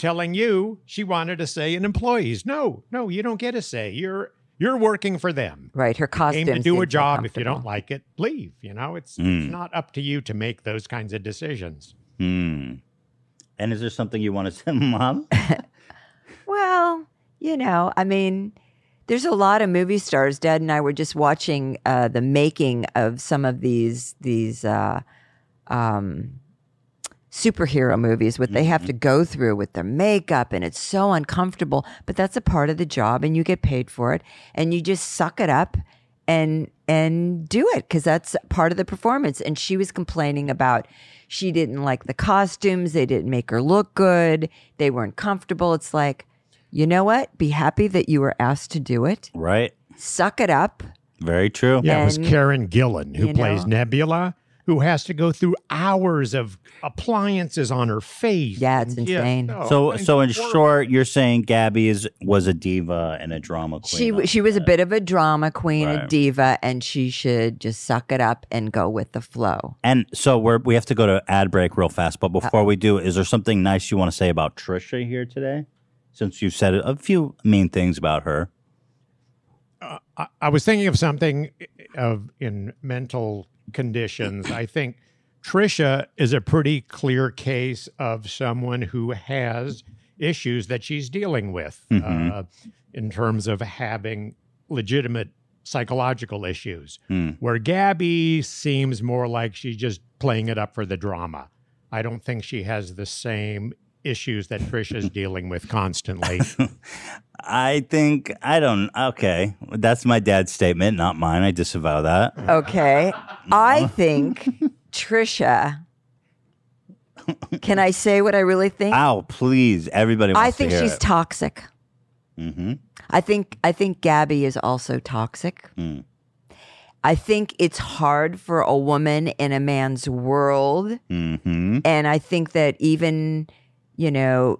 telling you she wanted to say in employees, no, no, you don't get a say. You're you're working for them. Right, her Aim costumes. to didn't do a feel job. If you comfortable. don't like it, leave. You know, it's, Mm. it's not up to you to make those kinds of decisions. Hmm. And is there something you want to say, Mom? Well, you know, I mean, there's a lot of movie stars. Dad and I were just watching uh, the making of some of these these uh, um, superhero movies, what they have to go through with their makeup, and it's so uncomfortable. But that's a part of the job, and you get paid for it, and you just suck it up and and do it because that's part of the performance. And she was complaining about she didn't like the costumes; they didn't make her look good. They weren't comfortable. It's like, you know what? Be happy that you were asked to do it. right. Suck it up. Very true. Yeah, it was And, Karen Gillan who you plays know- Nebula, who has to go through hours of appliances on her face. Yeah, it's and just- insane. oh, So, and so in horrible. short, you're saying Gabby is was a diva and a drama queen. She she was a bit of a drama queen, a Right. diva, and she should just suck it up and go with the flow. and so we're we have to go to ad break real fast. But before we do, is there something nice you want to say about Trisha here today? Since you've said a few mean things about her. I, I was thinking of something of in mental conditions. I think Trisha is a pretty clear case of someone who has issues that she's dealing with Mhm. uh, in terms of having legitimate psychological issues. Hmm. Where Gabby seems more like she's just playing it up for the drama. I don't think she has the same issues that Trisha's dealing with constantly. I think I don't. Okay, that's my dad's statement, not mine. I disavow that. Okay. I think Trisha Can I say what I really think? Ow! Please, everybody. Wants I think she's toxic. mm-hmm. I think I think Gabby is also toxic. Mm. I think it's hard for a woman in a man's world Mm-hmm. and I think that even you know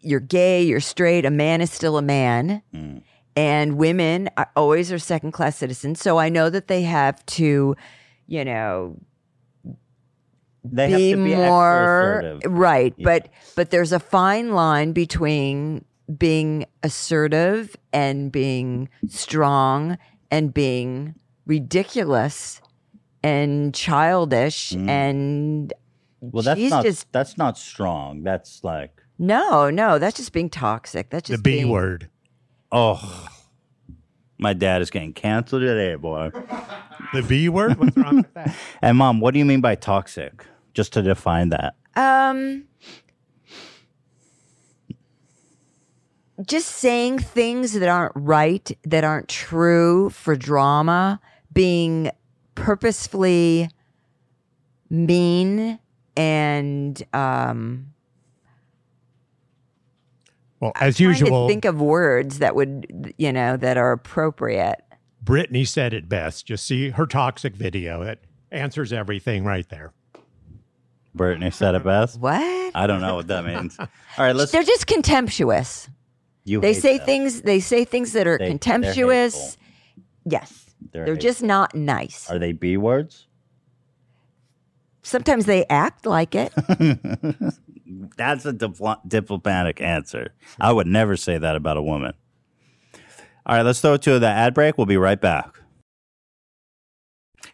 you're gay, you're straight, a man is still a man. Mm. And women are, always are second class citizens. So I know that they have to, you know, They be, have to be extra more assertive. right Yeah. but but there's a fine line between being assertive and being strong and being ridiculous and childish Mm. and Well, that's she's not just that's not strong. That's like no no that's just being toxic that's the just B being, word. oh, my dad is getting canceled today, boy. The B word? What's wrong with that? And mom, what do you mean by toxic? Just to define that. um just saying things that aren't right, that aren't true for drama, being purposefully mean and um Well, as trying to usual, think of words that would you know that are appropriate. Brittany said it best. Just see her toxic video. It answers everything right there. Brittany said it best. What? I don't know what that means. All right, Uh, let's. They're just contemptuous. You They hate say them. things they say things that are They- they're contemptuous. hateful. Yes. They're They're hate- just not nice. Are they B words? Sometimes they act like it. That's a dipl- diplomatic answer. I would never say that about a woman. All right, let's throw it to the ad break. We'll be right back.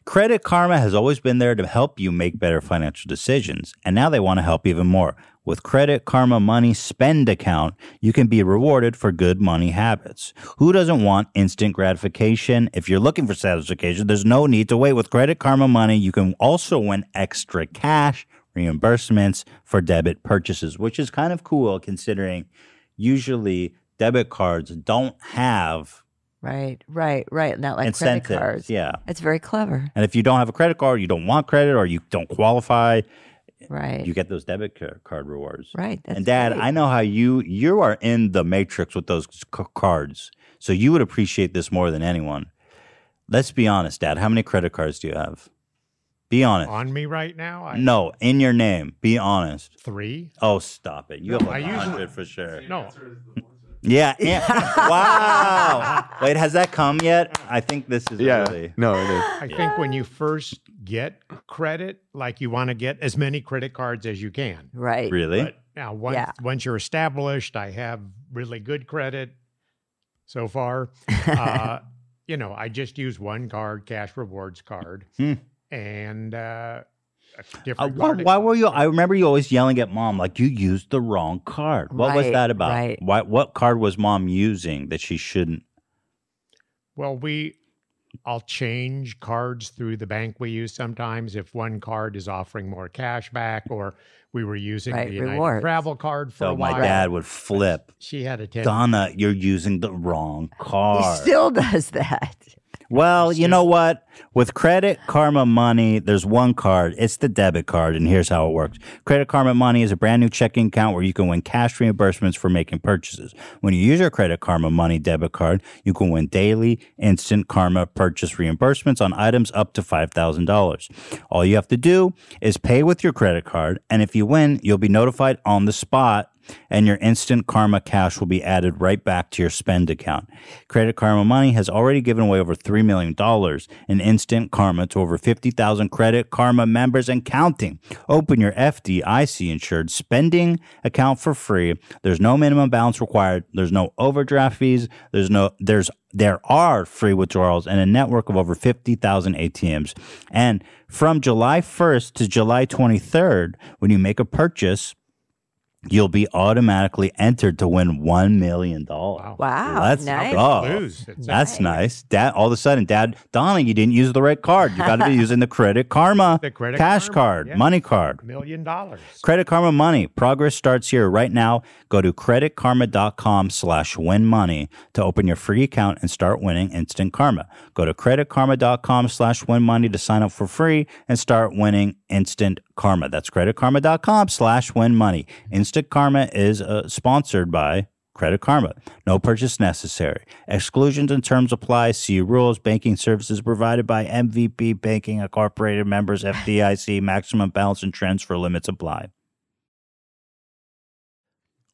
Credit Karma has always been there to help you make better financial decisions, and now they want to help even more. With Credit Karma Money Spend Account, you can be rewarded for good money habits. Who doesn't want instant gratification? If you're looking for satisfaction, there's no need to wait. With Credit Karma Money, you can also win extra cash reimbursements for debit purchases, which is kind of cool considering usually debit cards don't have Right, right, right. Not like incentives. credit cards. Yeah. That's very clever. And if you don't have a credit card, you don't want credit, or you don't qualify, Right. you get those debit ca- card rewards. right. That's and Dad, great. I know how you you are in the matrix with those c- cards, so you would appreciate this more than anyone. Let's be honest, Dad. How many credit cards do you have? Be honest. On me right now? I, no, in your name. Be honest. Three? Oh, stop it. You have I like usually- hundred for sure. No. Yeah. yeah. wow. Wait, has that come yet? I think this is Yeah. really. No, it is. I think when you first get credit, like you want to get as many credit cards as you can. Right. Really? But now, once, Yeah. once you're established, I have really good credit so far. Uh, you know, I just use one card, cash rewards card, Hmm. and uh, a Uh, different. why, card- why were you? I remember you always yelling at mom, like you used the wrong card. What was Right, that about? right. Why, what card was mom using that she shouldn't? Well, we, I'll change cards through the bank we use sometimes if one card is offering more cash back, or we were using Right, the United rewards. Travel card for a So my while. dad would flip. She had a ten. Donna, you're using the wrong He card. still does that. well, you know what? With Credit Karma Money, there's one card. It's the debit card, and here's how it works. Credit Karma Money is a brand new checking account where you can win cash reimbursements for making purchases. When you use your Credit Karma Money debit card, you can win daily instant Karma purchase reimbursements on items up to $5,000. All you have to do is pay with your credit card, and if you win, you'll be notified on the spot and your instant karma cash will be added right back to your spend account. Credit Karma Money has already given away over $3 million in instant karma to over 50,000 Credit Karma members and counting. Open your FDIC insured spending account for free. There's no minimum balance required. There's no overdraft fees. There's no, there's there are free withdrawals and a network of over 50,000 ATMs. And from July 1st to July 23rd, when you make a purchase, you'll be automatically entered to win $1 million. Wow. Wow. Let's nice. go. Lose. It's That's nice. Dad, all of a sudden, Dad, Donna, you didn't use the right card. You got to be using the credit karma, The Credit cash Karma, card, yeah. money card. a million dollars. Credit Karma Money. Progress starts here right now. Go to creditkarma.com slash win money to open your free account and start winning instant karma. Go to creditkarma.com slash win money to sign up for free and start winning instant karma. That's creditkarma.com slash win money. Instant karma is uh, sponsored by Credit Karma. No purchase necessary. Exclusions and terms apply. See rules. Banking services provided by MVP Banking Incorporated members FDIC. Maximum balance and transfer limits apply.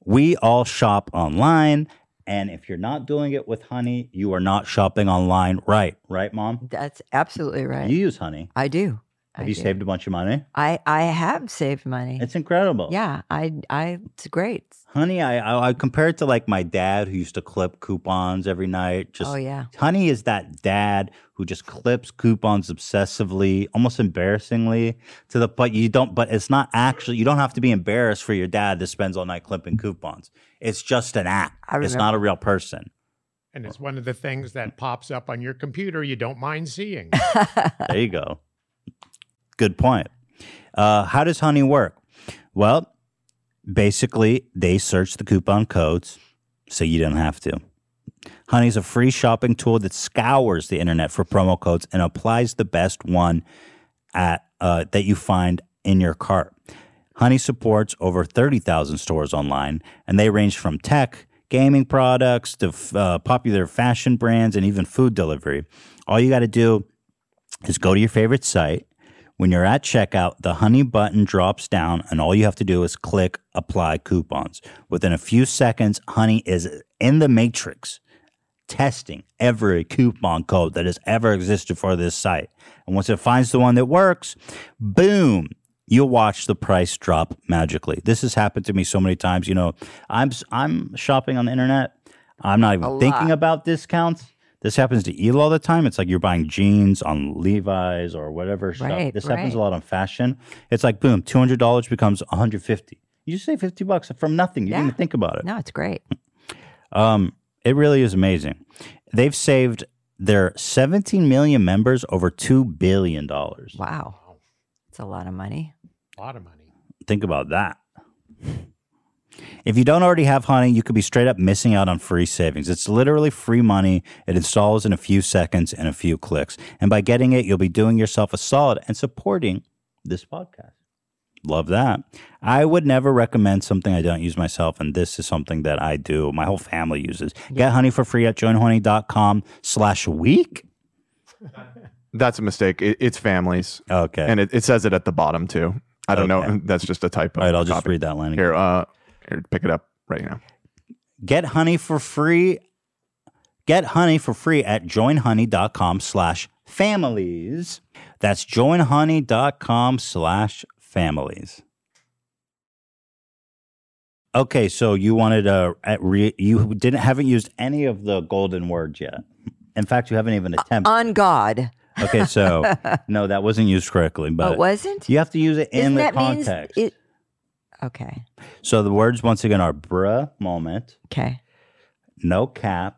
We all shop online. And if you're not doing it with Honey, you are not shopping online right. Right, Mom? That's absolutely right. You use Honey. I do. Have I you do. saved a bunch of money? I I have saved money. It's incredible. yeah, I I it's great. Honey, I, I I compare it to like my dad who used to clip coupons every night. Just oh yeah. Honey is that dad who just clips coupons obsessively, almost embarrassingly, to the but you don't but it's not actually you don't have to be embarrassed for your dad that spends all night clipping coupons. It's just an app. I It's remember- not a real person. And it's one of the things that pops up on your computer you don't mind seeing. There you go. Good point. Uh, how does Honey work? Well, basically, they search the coupon codes so you don't have to. Honey's a free shopping tool that scours the internet for promo codes and applies the best one at uh, that you find in your cart. Honey supports over 30,000 stores online, and they range from tech, gaming products, to f- uh, popular fashion brands, and even food delivery. All you got to do is go to your favorite site. When you're at checkout, the honey button drops down, and all you have to do is click apply coupons. Within a few seconds, honey is in the matrix testing every coupon code that has ever existed for this site. And once it finds the one that works, boom, you'll watch the price drop magically. This has happened to me so many times. You know, I'm I'm shopping on the internet. I'm not even A thinking lot. about discounts. This happens to Eel all the time. It's like you're buying jeans on Levi's or whatever shop. Right, this happens a right. lot on fashion. It's like boom, two hundred dollars becomes one hundred fifty. You just save fifty bucks from nothing. You Yeah. didn't even think about it. No, it's great. Um, it really is amazing. They've saved their 17 million members over two billion dollars. Wow. Wow, It's a lot of money. a lot of money. Think about that. If you don't already have Honey, you could be straight up missing out on free savings. It's literally free money. It installs in a few seconds and a few clicks. And by getting it, you'll be doing yourself a solid and supporting this podcast. Love that. I would never recommend something I don't use myself, and this is something that I do. My whole family uses. Get Honey for free at joinhoney.com slash week. That's a mistake. It, it's families, Okay. and it, it says it at the bottom too. I don't Okay. know. That's just a typo. All right, I'll just Copy. read that line again. here. Uh, here, pick it up right now. Get honey for free. Get honey for free at joinhoney.com slash families. That's joinhoney.com slash families. Okay, so you wanted to uh, re- you didn't haven't used any of the golden words yet. In fact, you haven't even attempted. On God. Okay, so no, that wasn't used correctly, uh. Oh, but it wasn't? you have to use it in Isn't the that means context. it Okay. so the words once again are bruh moment, Okay. no cap,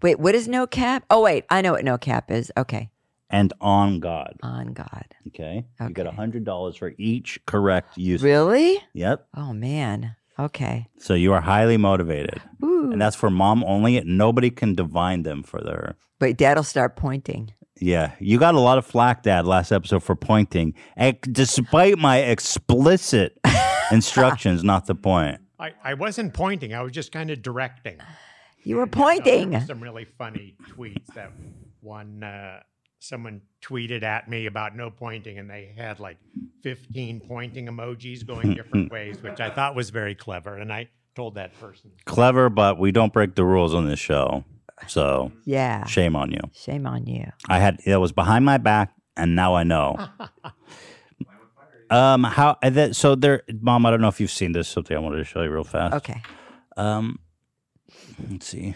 Wait, what is no cap? Oh wait, I know what no cap is. Okay. and on God. On God. Okay. You get Okay. hundred dollars for each correct use. Really? Yep. Oh man. Okay. So you are highly motivated, Ooh. and that's for mom only. Nobody can divine them for their. Wait, dad'll start pointing. Yeah, you got a lot of flack, Dad, last episode for pointing, and despite my explicit instructions. Not the point. I, I wasn't pointing, I was just kind of directing. You were Uh, there pointing. were some really funny tweets that one uh, someone tweeted at me about no pointing, and they had like 15 pointing emojis going different ways, which I thought was very clever. And I told that person, Clever, but we don't break the rules on this show. So Yeah. shame on you. Shame on you. I had it was behind my back, and now I know. um, how and that, so there, mom? I don't know if you've seen this. Something I wanted to show you real fast. Okay. Um, let's see.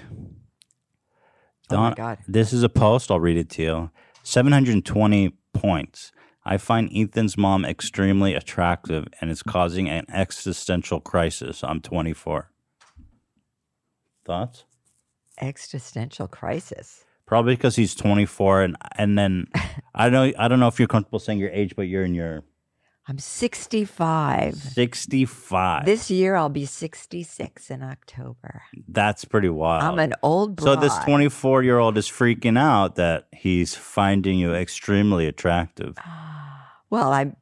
Oh my Don- God. This is a post. I'll read it to you. 720 points. I find Ethan's mom extremely attractive and it's causing an existential crisis. I'm 24. Thoughts? Existential crisis. Probably because he's 24 and and then I know I don't know if you're comfortable saying your age, but you're in your I'm 65. 65. This year I'll be 66 in October. That's pretty wild. I'm an old So broad. this 24 year old is freaking out that he's finding you extremely attractive. Uh, Well, I'm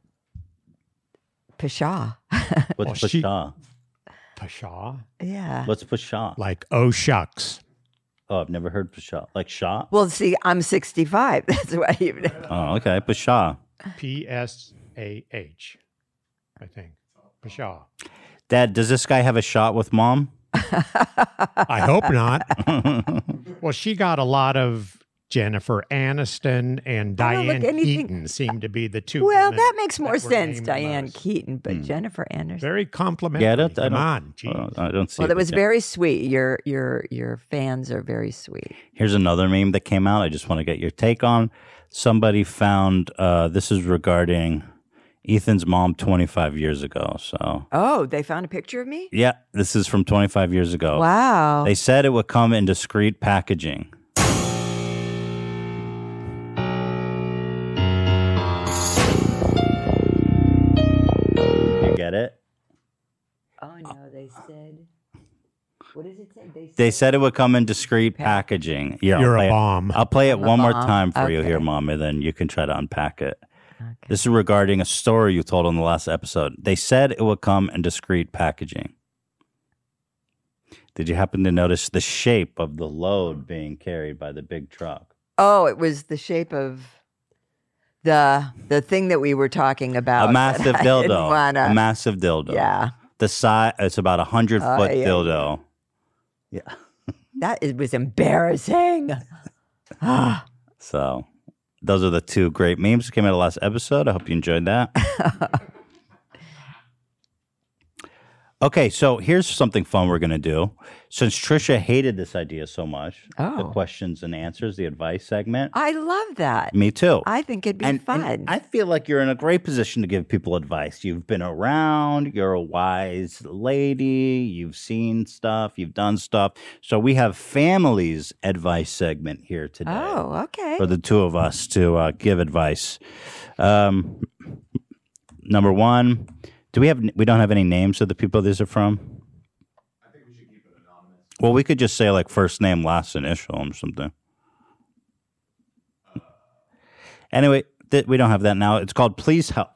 pshaw. What's Well, Oh, she- Pasha? Pasha? yeah. What's Pasha? Like, oh, shucks. Oh, I've never heard Pasha. Like Shah? Well, see, I'm 65. That's why you Oh, okay. Pasha. P S A H, I think. Pasha. Dad, does this guy have a shot with mom? I hope not. oh, Well, she got a lot of Jennifer Aniston and I don't look Diane anything- Keaton seem to be the two. well, women that makes more were named sense, the Diane most. Keaton, but Hmm. Jennifer Anderson. Very complimentary. Yeah, I don't- I Come don't- on, geez. I don't see. Well, it, that was but yeah. very sweet. Your your your fans are very sweet. Here's another meme that came out. I just want to get your take on. Somebody found uh, this is regarding Ethan's mom 25 years ago. So, Oh, they found a picture of me. yeah, this is from 25 years ago. Wow. They said it would come in discreet packaging. You get it? oh no, they said. What does it say? They They said it would come in discreet Okay. packaging. Yeah, I'll You're play a it- bomb. I'll play it I'm a one more bomb. time for you Okay. here, mom, and then you can try to unpack it. Okay. This is regarding a story you told on the last episode. They said it would come in discreet packaging. Did you happen to notice the shape of the load being carried by the big truck? Oh, it was the shape of the the thing that we were talking about. a that massive I dildo. didn't wanna- A massive dildo. yeah, The size, it's about a 100 Oh, foot yeah, dildo. Yeah. that it was embarrassing. Ah. So those are the two great memes that came out of the last episode. I hope you enjoyed that. okay, so here's something fun we're going to do. Since Trisha hated this idea so much, the oh, questions and answers, the advice segment. I love that. me too. I think it'd be fun. I feel like you're in a great position to give people advice. You've been around, you're a wise lady, you've seen stuff, you've done stuff. So we have families advice segment here today oh, okay. for the two of us to uh, give advice. Um, number one, do we have we don't have any names of the people these are from? Well, we could just say like first name, last initial, or something. Anyway, th- we don't have that now. It's called Please Help.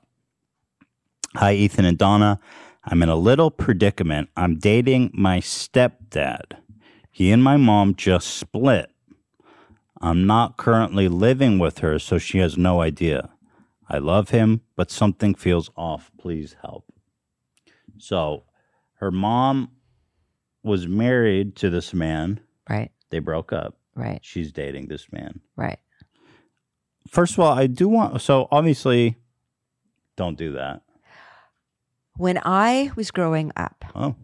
Hi, Ethan and Donna. I'm in a little predicament. I'm dating my stepdad. He and my mom just split. I'm not currently living with her, so she has no idea. I love him, but something feels off. Please help. So her mom was married to this man. right, They broke up. right, She's dating this man. right. First of all, I do want, so obviously, don't do that. When I was growing up, Oh,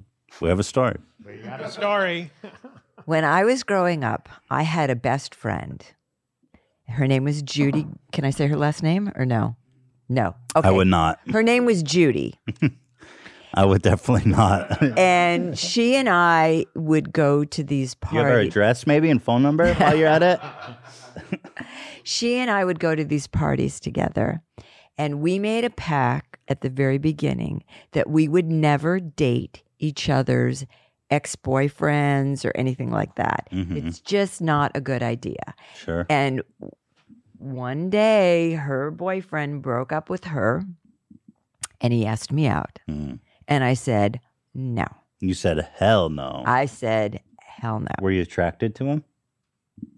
we have a story. We got a story. when I was growing up, I had a best friend. Her name was Judy. Can I say her last name or no? No. Okay. I would not. Her name was Judy. I would definitely not. you and she and I would go to these have her parties. address maybe and phone number while you're at it? She and I would go to these parties together. And we made a pact at the very beginning that we would never date each other's ex boyfriends or anything like that. Mhm. It's just not a good idea. Sure. And one day, her boyfriend broke up with her and he asked me out. Mm. And I said, no. You said, hell no. I said, hell no. Were you attracted to him?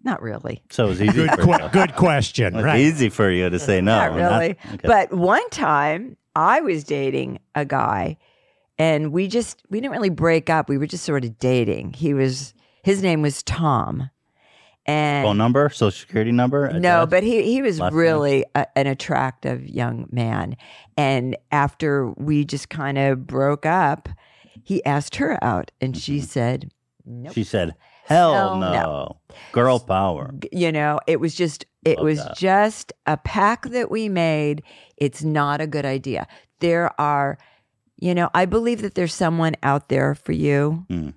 Not really. So it was easy Good, for you. que- good question. It's Right. easy for you to say no. Not and really. okay. But one time I was dating a guy and we just we didn't really break up. We were just sort of dating. He was his name was Tom. And phone number, social security number. no, address? but he he was Last name? really a, an attractive young man. And after we just kind of broke up, he asked her out and she said, "Nope." Mm-hmm. she said, "Hell Hell no, no. girl power." you know it was just it Love was that. just a pack that we made it's not a good idea there are you know i believe that there's someone out there for you Mm.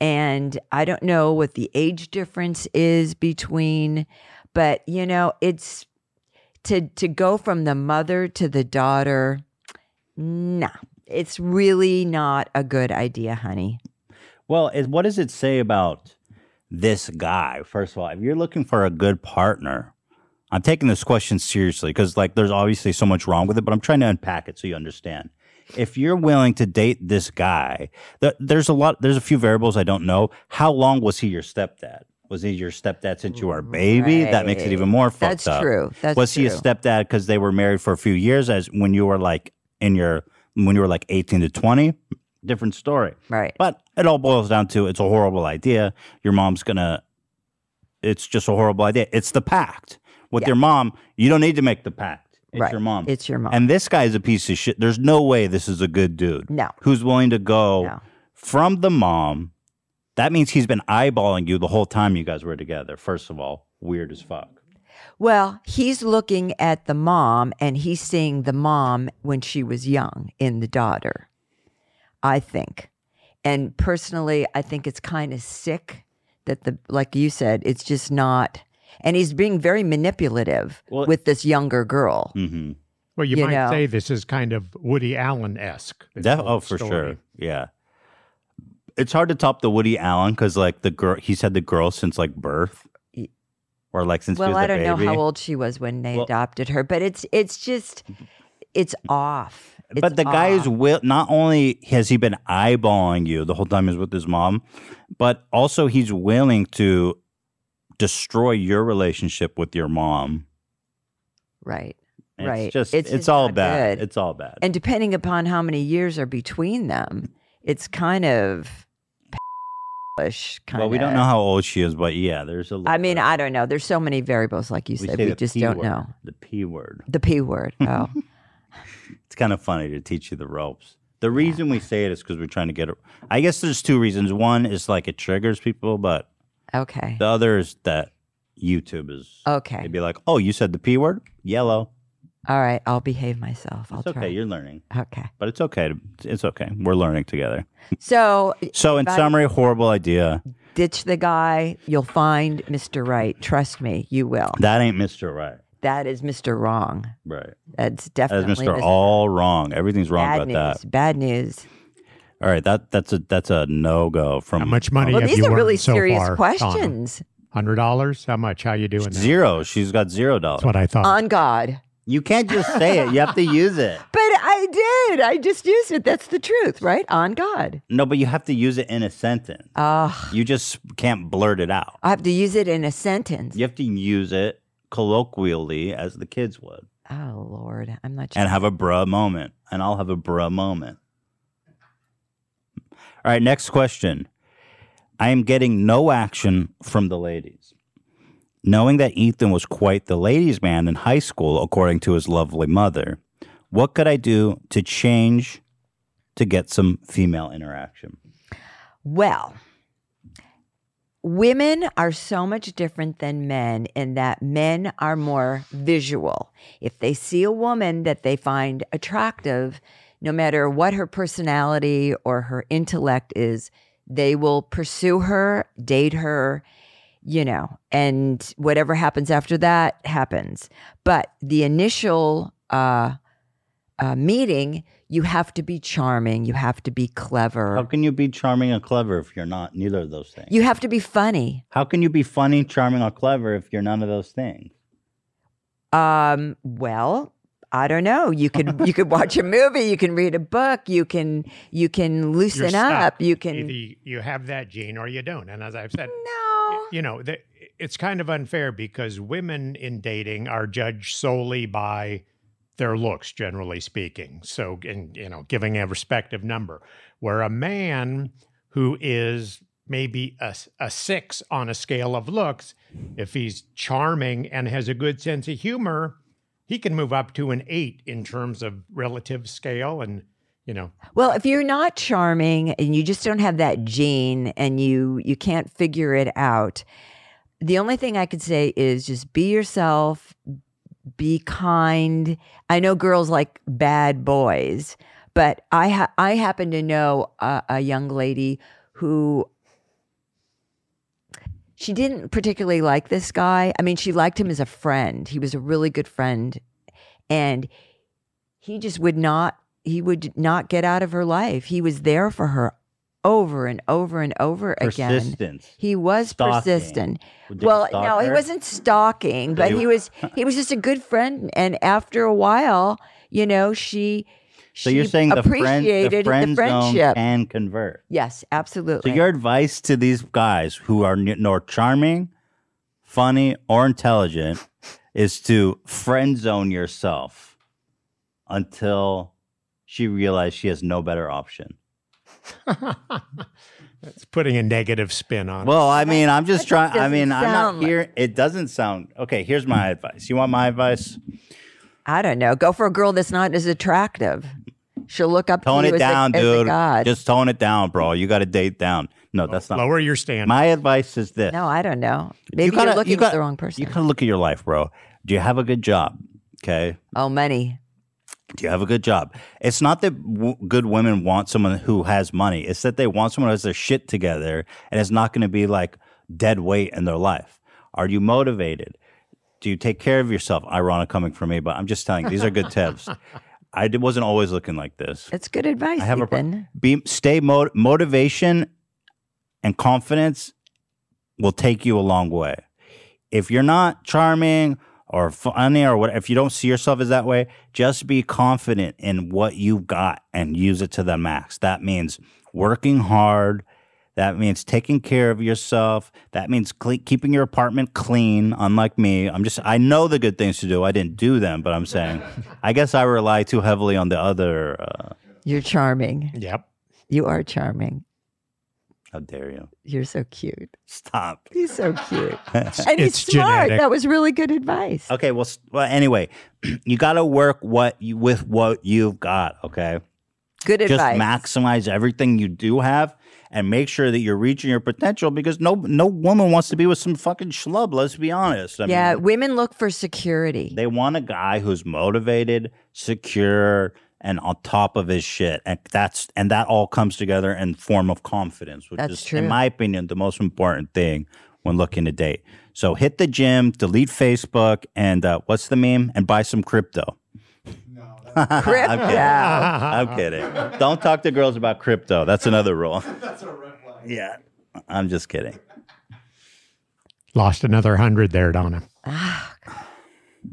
and i don't know what the age difference is between but you know it's to to go from the mother to the daughter nah it's really not a good idea honey Well, it, what does it say about this guy? First of all, if you're looking for a good partner, I'm taking this question seriously because, like, there's obviously so much wrong with it, but I'm trying to unpack it so you understand. If you're willing to date this guy, th- there's a lot, there's a few variables I don't know. How long was he your stepdad? Was he your stepdad since you were a baby? That makes it even more fucked Mm, that's up. true that's was true. he a stepdad because they were married for a few years as when you were like in your when you were like 18 to 20 different story. Right. But it all boils down to it's a horrible idea. Your mom's gonna. It's just a horrible idea. It's the pact with Yeah. your mom. You don't need to make the pact. It's Right. your mom. It's your mom. and this guy's a piece of shit. There's no way this is a good dude no. who's willing to go No. from the mom. That means he's been eyeballing you the whole time you guys were together. First of all, weird as fuck. Well, he's looking at the mom and he's seeing the mom when she was young in the daughter, I think. And personally, I think it's kind of sick that the, like you said, it's just not. And he's being very manipulative Well- with this younger girl. Mm-hmm. Well, you, You might know. say this is kind of Woody Allen esque. Def- oh, for sure. Yeah. It's hard to top the Woody Allen because, like, the girl, he's had the girl since like birth, Y- or like since he well, was I a don't know baby. how old she was when they Well- adopted her, but it's it's just it's off. It's but the guy is off. will. Not only has he been eyeballing you the whole time he's with his mom, but also he's willing to destroy your relationship with your mom. right. It's Right. Just It's it's, just all not bad. good. It's all bad. And depending upon how many years are between them, it's kind of ish kind well, we don't know how old she is, but yeah, there's a. I mean, I don't know. There's so many variables, like you we said. say We the just P don't word, know. the p word. The P word. Oh, It's kind of funny to teach you the ropes. The reason we say it is because we're trying to get. a- I guess there's two reasons. One is like it triggers people, but okay. the other is that YouTube is. Okay. They'd be like, "Oh, you said the p word, yellow." All right. I'll behave myself. I'll It's okay. try. You're learning, Okay. but it's okay. To, it's okay. We're learning together. So So, in Got it. summary, horrible idea. ditch the guy. You'll find Mr. Right. Trust me, you will. That ain't Mister Right. That is Mr. Wrong. Right. That's That's definitely Mister All wrong. Everything's wrong bad about news. that. Bad news. All right. That that's a that's a no go from How much money Well, have these you are really earned so serious far, questions. Hundred dollars? How much? How you doing? now? Zero. She's got zero That's dollars. what I thought. On God. You can't just say it. You have to use it. But I did. I just used it. That's the truth, right? On God. No, but you have to use it in a sentence. Ugh. You just can't blurt it out. I have to use it in a sentence. You have to use it colloquially as the kids would Oh Lord, I'm not sure. and have a bruh moment. And I'll have a bruh moment. All right, next question. I am getting no action from the ladies. Knowing that Ethan was quite the ladies' man in high school, according to his lovely mother, what could I do to change to get some female interaction? Well, women are so much different than men in that men are more visual. If they see a woman that they find attractive, no matter what her personality or her intellect is, they will pursue her, date her, you know, and whatever happens after that happens. But the initial uh, uh, meeting, you have to be charming, you have to be clever. How can you be charming and clever if you're not neither of those things? You have to be funny. How can you be funny, charming, or clever if you're none of those things? Um, well, I don't know. You could you could watch a movie, you can read a book, you can you can loosen You're up, stuck. you can Either you- you have that gene or you don't. And as I've said, No. you know, the, it's kind of unfair because women in dating are judged solely by their looks, generally speaking. So, in, you know, giving a respective number, where a man who is maybe a, s- a six on a scale of looks, if he's charming and has a good sense of humor, he can move up to an eight in terms of relative scale. And, you know, Well, if you're not charming and you just don't have that gene and you you can't figure it out, the only thing I could say is just be yourself, be kind. I know girls like bad boys, but I ha- I happen to know a, a young lady who she didn't particularly like this guy. I mean, she liked him as a friend. He was a really good friend, and he just would not he would not get out of her life. He was there for her over and over and over again. Persistence. He was Stalking. persistent. Did you Well, stalk no, he her? wasn't stalking, but you- he was he was just a good friend. And after a while, you know, she So she you're saying the friend, appreciated the friend zone friendship. can convert. yes, absolutely. So your advice to these guys who are n- nor charming, funny, or intelligent is to friend zone yourself until she realizes she has no better option. That's putting a negative spin on Well, I mean, I'm just That trying. I doesn't mean, I'm sound not like- here. It doesn't sound okay. Here's my advice. You want my advice? I don't know. Go for a girl that's not as attractive. She'll look up Tone to you it as a- down, as a dude. god. Just tone it down, bro. You got to date down. No, that's it. not. Lower your standard. My advice is this. no, I don't know. Maybe you gotta- are looking you at gotta- the wrong person. You gotta look at your life, bro. Do you have a good job? Okay. oh, money. Do you have a good job? It's not that w- good women want someone who has money. It's that they want someone who has their shit together and is not going to be like dead weight in their life. Are you motivated? Do you take care of yourself? Ironic coming from me, but I'm just telling you, these are good tips. I d- wasn't always looking like this. That's good advice, I have a pro- Ethan. Be stay mo- motivation and confidence will take you a long way. If you're not charming or funny or what, if you don't see yourself as that way, just be confident in what you've got and use it to the max. That means working hard. That means taking care of yourself. That means cle keeping your apartment clean. Unlike me, I'm just I know the good things to do. I didn't do them, but I'm saying, I guess I rely too heavily on the other. Uh, You're charming. yep. You are charming. how dare you? You're so cute. Stop. He's so cute. okay, And he's It's smart. genetic. That was really good advice. well, s- well anyway, you got to work what you, with what you've got, okay? Good Just advice. maximize everything you do have and make sure that you're reaching your potential because no no woman wants to be with some fucking schlub, let's be honest. I yeah, mean, women look for security. they want a guy who's motivated, secure, and on top of his shit. And that's and that all comes together in form of confidence, which That's is true. in my opinion the most important thing when looking to date. So hit the gym, delete Facebook, and uh, what's the meme? And buy some crypto. No, I'm kidding. Crypto. Uh-huh. I'm kidding. Don't talk to girls about crypto. That's another rule. That's a red flag. Yeah, I'm just kidding. Lost another hundred there, Donna.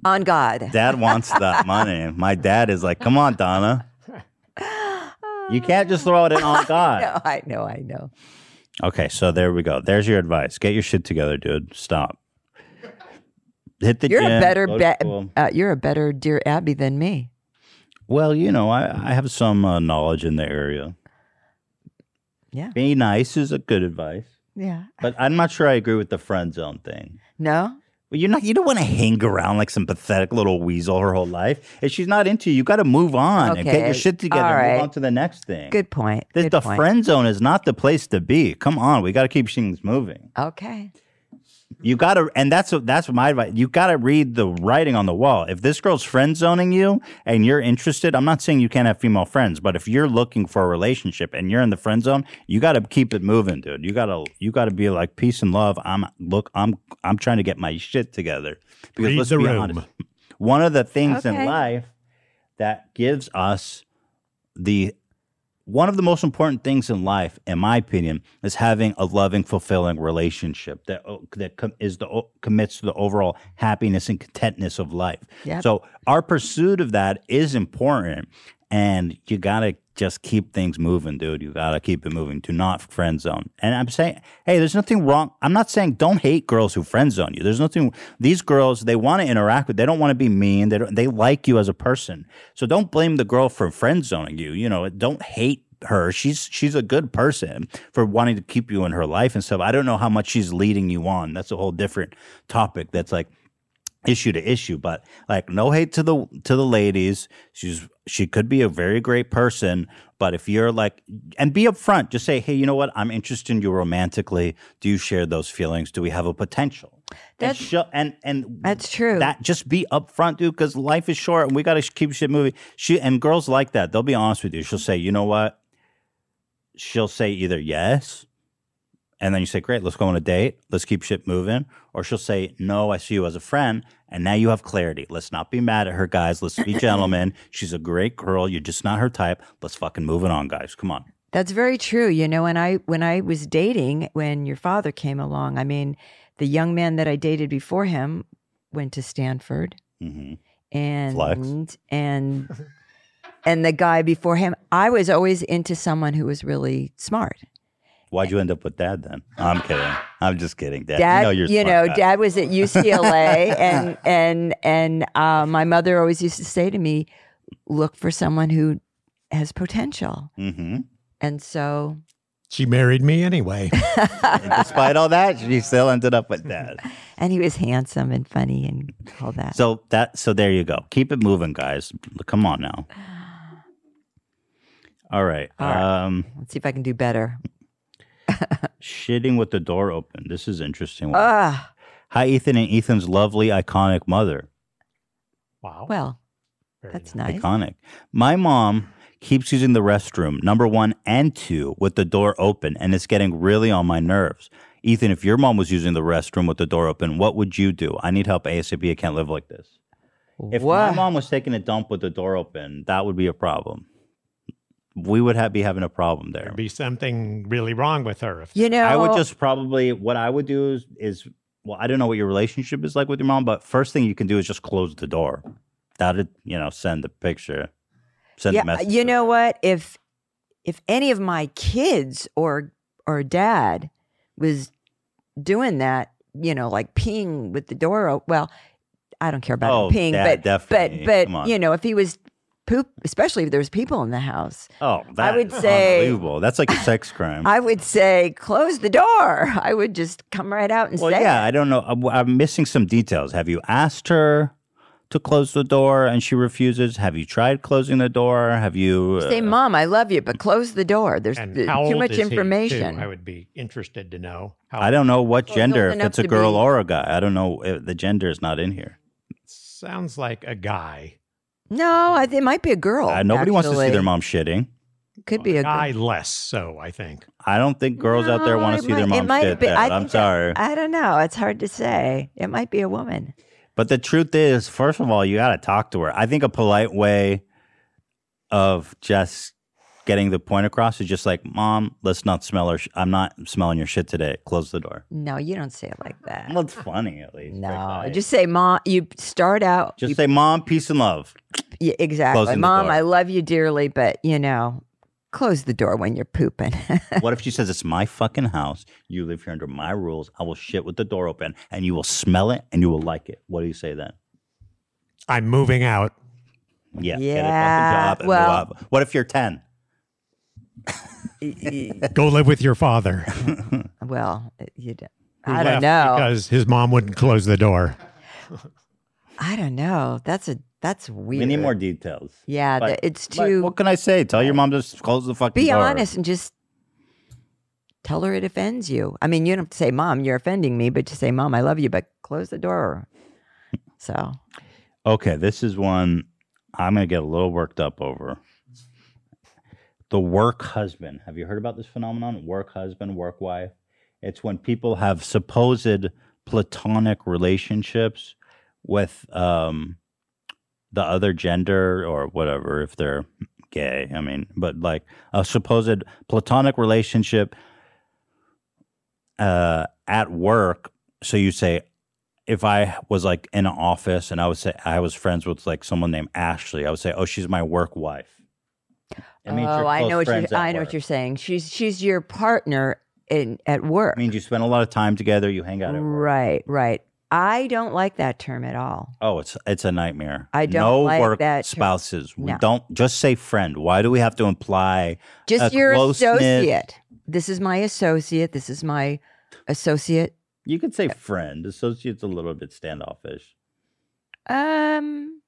On God. Dad wants that money. My dad is like, come on, Donna. You can't just throw it in on God. No, I know, I know. Okay, so there we go. There's your advice. Get your shit together, dude. Stop. Hit the You're gym, a better go to ba- school. uh, you're a better dear Abby than me. Well, you know, I, I have some uh, knowledge in the area. Yeah. Be nice is a good advice, Yeah. but I'm not sure I agree with the friend zone thing. No? Well, you're not. You don't want to hang around like some pathetic little weasel her whole life. If she's not into you, you got to move on and get Okay, your shit together. all and right. Move on to the next thing. Good point. This, Good the point. friend zone is not the place to be. Come on, we got to keep things moving. Okay. You got to, and that's what that's my advice. You got to read the writing on the wall. If this girl's friend zoning you and you're interested, I'm not saying you can't have female friends, but if you're looking for a relationship and you're in the friend zone, you got to keep it moving, dude. You got to you got to be like peace and love. I'm look, I'm I'm trying to get my shit together. Because Read let's the be room. honest, one of the things Okay. in life that gives us the one of the most important things in life, in my opinion, is having a loving, fulfilling relationship that oh, that com- is the oh, commits to the overall happiness and contentness of life. Yep. So our pursuit of that is important, and you gotta just keep things moving, dude. You gotta keep it moving. Do not friend zone. And I'm saying, hey, there's nothing wrong. I'm not saying don't hate girls who friend zone you. There's nothing. These girls, they want to interact with. They don't want to be mean. They don't, they like you as a person. So don't blame the girl for friend zoning you. You know, don't hate her. She's she's a good person for wanting to keep you in her life and stuff. I don't know how much she's leading you on. That's a whole different topic. That's like issue to issue but like no hate to the to the ladies she's she could be a very great person but if you're like and be upfront just say hey you know what i'm interested in you romantically do you share those feelings do we have a potential That's- and, show, and and That's true. that just be upfront, dude, because life is short and we gotta sh- keep shit moving. She and girls like that. They'll be honest with you. She'll say, you know what? She'll say either yes, and then you say, Great, let's go on a date, let's keep shit moving. Or she'll say, No, I see you as a friend, and now you have clarity. Let's not be mad at her, guys. Let's be gentlemen. She's a great girl. You're just not her type. Let's fucking move it on, guys. Come on. That's very true. You know, when I when I was dating, when your father came along, I mean, the young man that I dated before him went to Stanford, hmm and Flex. and and the guy before him, I was always into someone who was really smart. Why'd you end up with dad then? I'm kidding. I'm just kidding, dad. Dad, you know, you're a smart know, guy. dad was at UCLA, and and and uh, my mother always used to say to me, "Look for someone who has potential." Mhm. And so She married me anyway. And despite all that, she still ended up with dad. and he was handsome and funny and all that. So that so there you go. Keep it moving, guys. Come on now. All right. All right. Um Let's see if I can do better. shitting with the door open. This is interesting. one. Ah, Hi Ethan and Ethan's lovely iconic mother. Wow. well, Very that's nice. Iconic. My mom keeps using the restroom, number 1 and 2 with the door open and it's getting really on my nerves. Ethan, if your mom was using the restroom with the door open, what would you do? I need help ASAP. I can't live like this. If my Wha- mom was taking a dump with the door open, that would be a problem. We would have, be having a problem there. There'd be something really wrong with her. If you know, I would just probably what I would do is, is well, I don't know what your relationship is like with your mom, but first thing you can do is just close the door. That'd you know send the picture, send the yeah, message. you know what? If if any of my kids or or dad was doing that, you know, like peeing with the door open, well, I don't care about Oh, him peeing, Dad, but definitely. but Come on. but you know, if he was poop, especially if there was people in the house, oh, that would is say- unbelievable. That's like a sex crime. I would say close the door. I would just come right out and well, say, yeah, it. I don't know. I'm, I'm missing some details. Have you asked her? To close the door and she refuses. Have you tried closing the door? Have you say, uh, "Mom, I love you, but close the door." There's and th- how too old much is he, too? information. I would be interested to know. How I don't know what Well, it's gender, old if enough it's a to girl be- or a guy. I don't know. If the gender is not in here. Sounds like a guy. no, I, it might be a girl. Uh, nobody wants to see Oh, actually. their mom shitting. Could be a girl. guy less so. I think. I don't think girls out there No, want it to see their might- it mom might shit. be- I that. I'm think that- sorry. I don't know. It's hard to say. It might be a woman. But the truth is, first of all, you got to talk to her. I think a polite way of just getting the point across is just like, Mom, let's not smell her. Sh- I'm not smelling your shit today. Close the door. No, you don't say it like that. Well, it's funny, at least. Like, no, I- just say, "Mom." You start out just you- say, Mom, peace and love. yeah, exactly, closing the "Mom, door. I love you dearly, but you know, close the door when you're pooping." what if she says, It's my fucking house. You live here under my rules. I will shit with the door open and you will smell it and you will like it. What do you say then? I'm moving out. Yeah. Get a Yeah, fucking job and well- move up. What if you're 10? Go live with your father. well, you don't. who I don't left know. because his mom wouldn't close the door. I don't know. That's a that's weird. We need more details. Yeah, But- th- it's Like, too. what can I say? Tell your mom to s- close the fucking be door. honest and just tell her it offends you. I mean, you don't have to say, "Mom, you're offending me," but just say, "Mom, I love you," but close the door. So Okay, this is one I'm going to get a little worked up over. The work husband. Have you heard about this phenomenon? Work husband, work wife. It's when people have supposed platonic relationships with um, the other gender or whatever, if they're gay. I mean, but like a supposed platonic relationship uh, at work. So you say, if I was like in an office and I would say I was friends with like someone named Ashley, I would say, "Oh, she's my work wife." It means oh, you're I close know what you're. friends at I know work. what you're saying. She's she's your partner in at work. It means you spend a lot of time together. You hang out at work. right, right. I don't like that term at all. Oh, it's it's a nightmare. I don't no like work that term. spouses. We No. don't just say friend. Why do we have to imply? Just A your close-knit- associate. This is my associate. This is my associate. You could say friend. Associates a little bit standoffish. Um.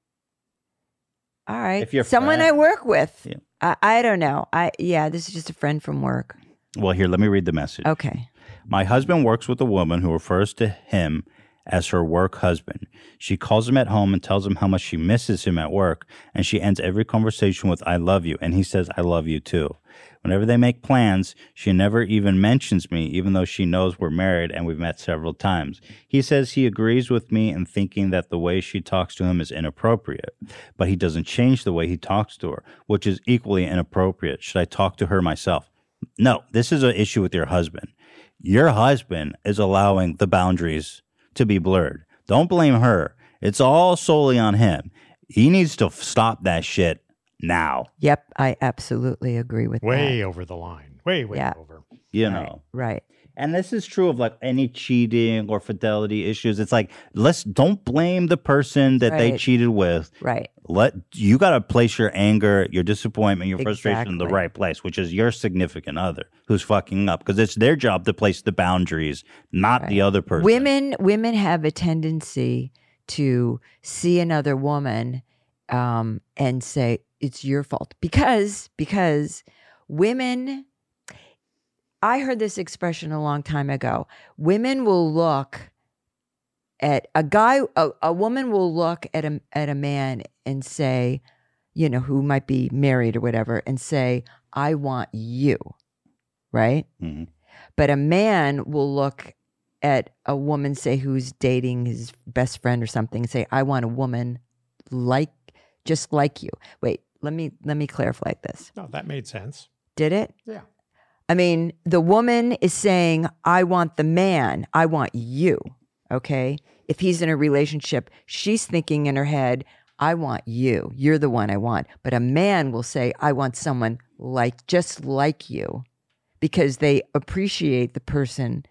All right. If you're someone I friend- work with, Yeah. I, I don't know. I yeah, this is just a friend from work. Well, here, let me read the message. Okay. My husband works with a woman who refers to him as her work husband. She calls him at home and tells him how much she misses him at work, and she ends every conversation with I love you, and he says I love you too. Whenever they make plans, she never even mentions me even though she knows we're married and we've met several times. He says he agrees with me in thinking that the way she talks to him is inappropriate, but he doesn't change the way he talks to her, which is equally inappropriate. Should I talk to her myself? No, this is an issue with your husband your husband is allowing the boundaries to be blurred. Don't blame her. It's all solely on him. He needs to f- stop that shit now. Yep, I absolutely agree with Way that. over the line. Way way Yeah. over. You Right, know, Right. And this is true of like any cheating or fidelity issues. It's like let's don't blame the person that they Right. cheated with. Right. Let you got to place your anger, your disappointment, your frustration in the Exactly. right place, which is your significant other who's fucking up because it's their job to place the boundaries, not the other person. Women women have a tendency to see another woman um, and say it's your fault because because women. I heard this expression a long time ago. Women will look at a guy. A, a woman will look at a at a man and say, you know, who might be married or whatever, and say, "I want you," right? Mhm. but a man will look at a woman say who's dating his best friend or something and say i want a woman like just like you wait let me let me clarify like this No, that made sense. did it Yeah. i mean the woman is saying i want the man i want you okay if he's in a relationship she's thinking in her head i want you you're the one i want but a man will say i want someone like just like you because they appreciate the person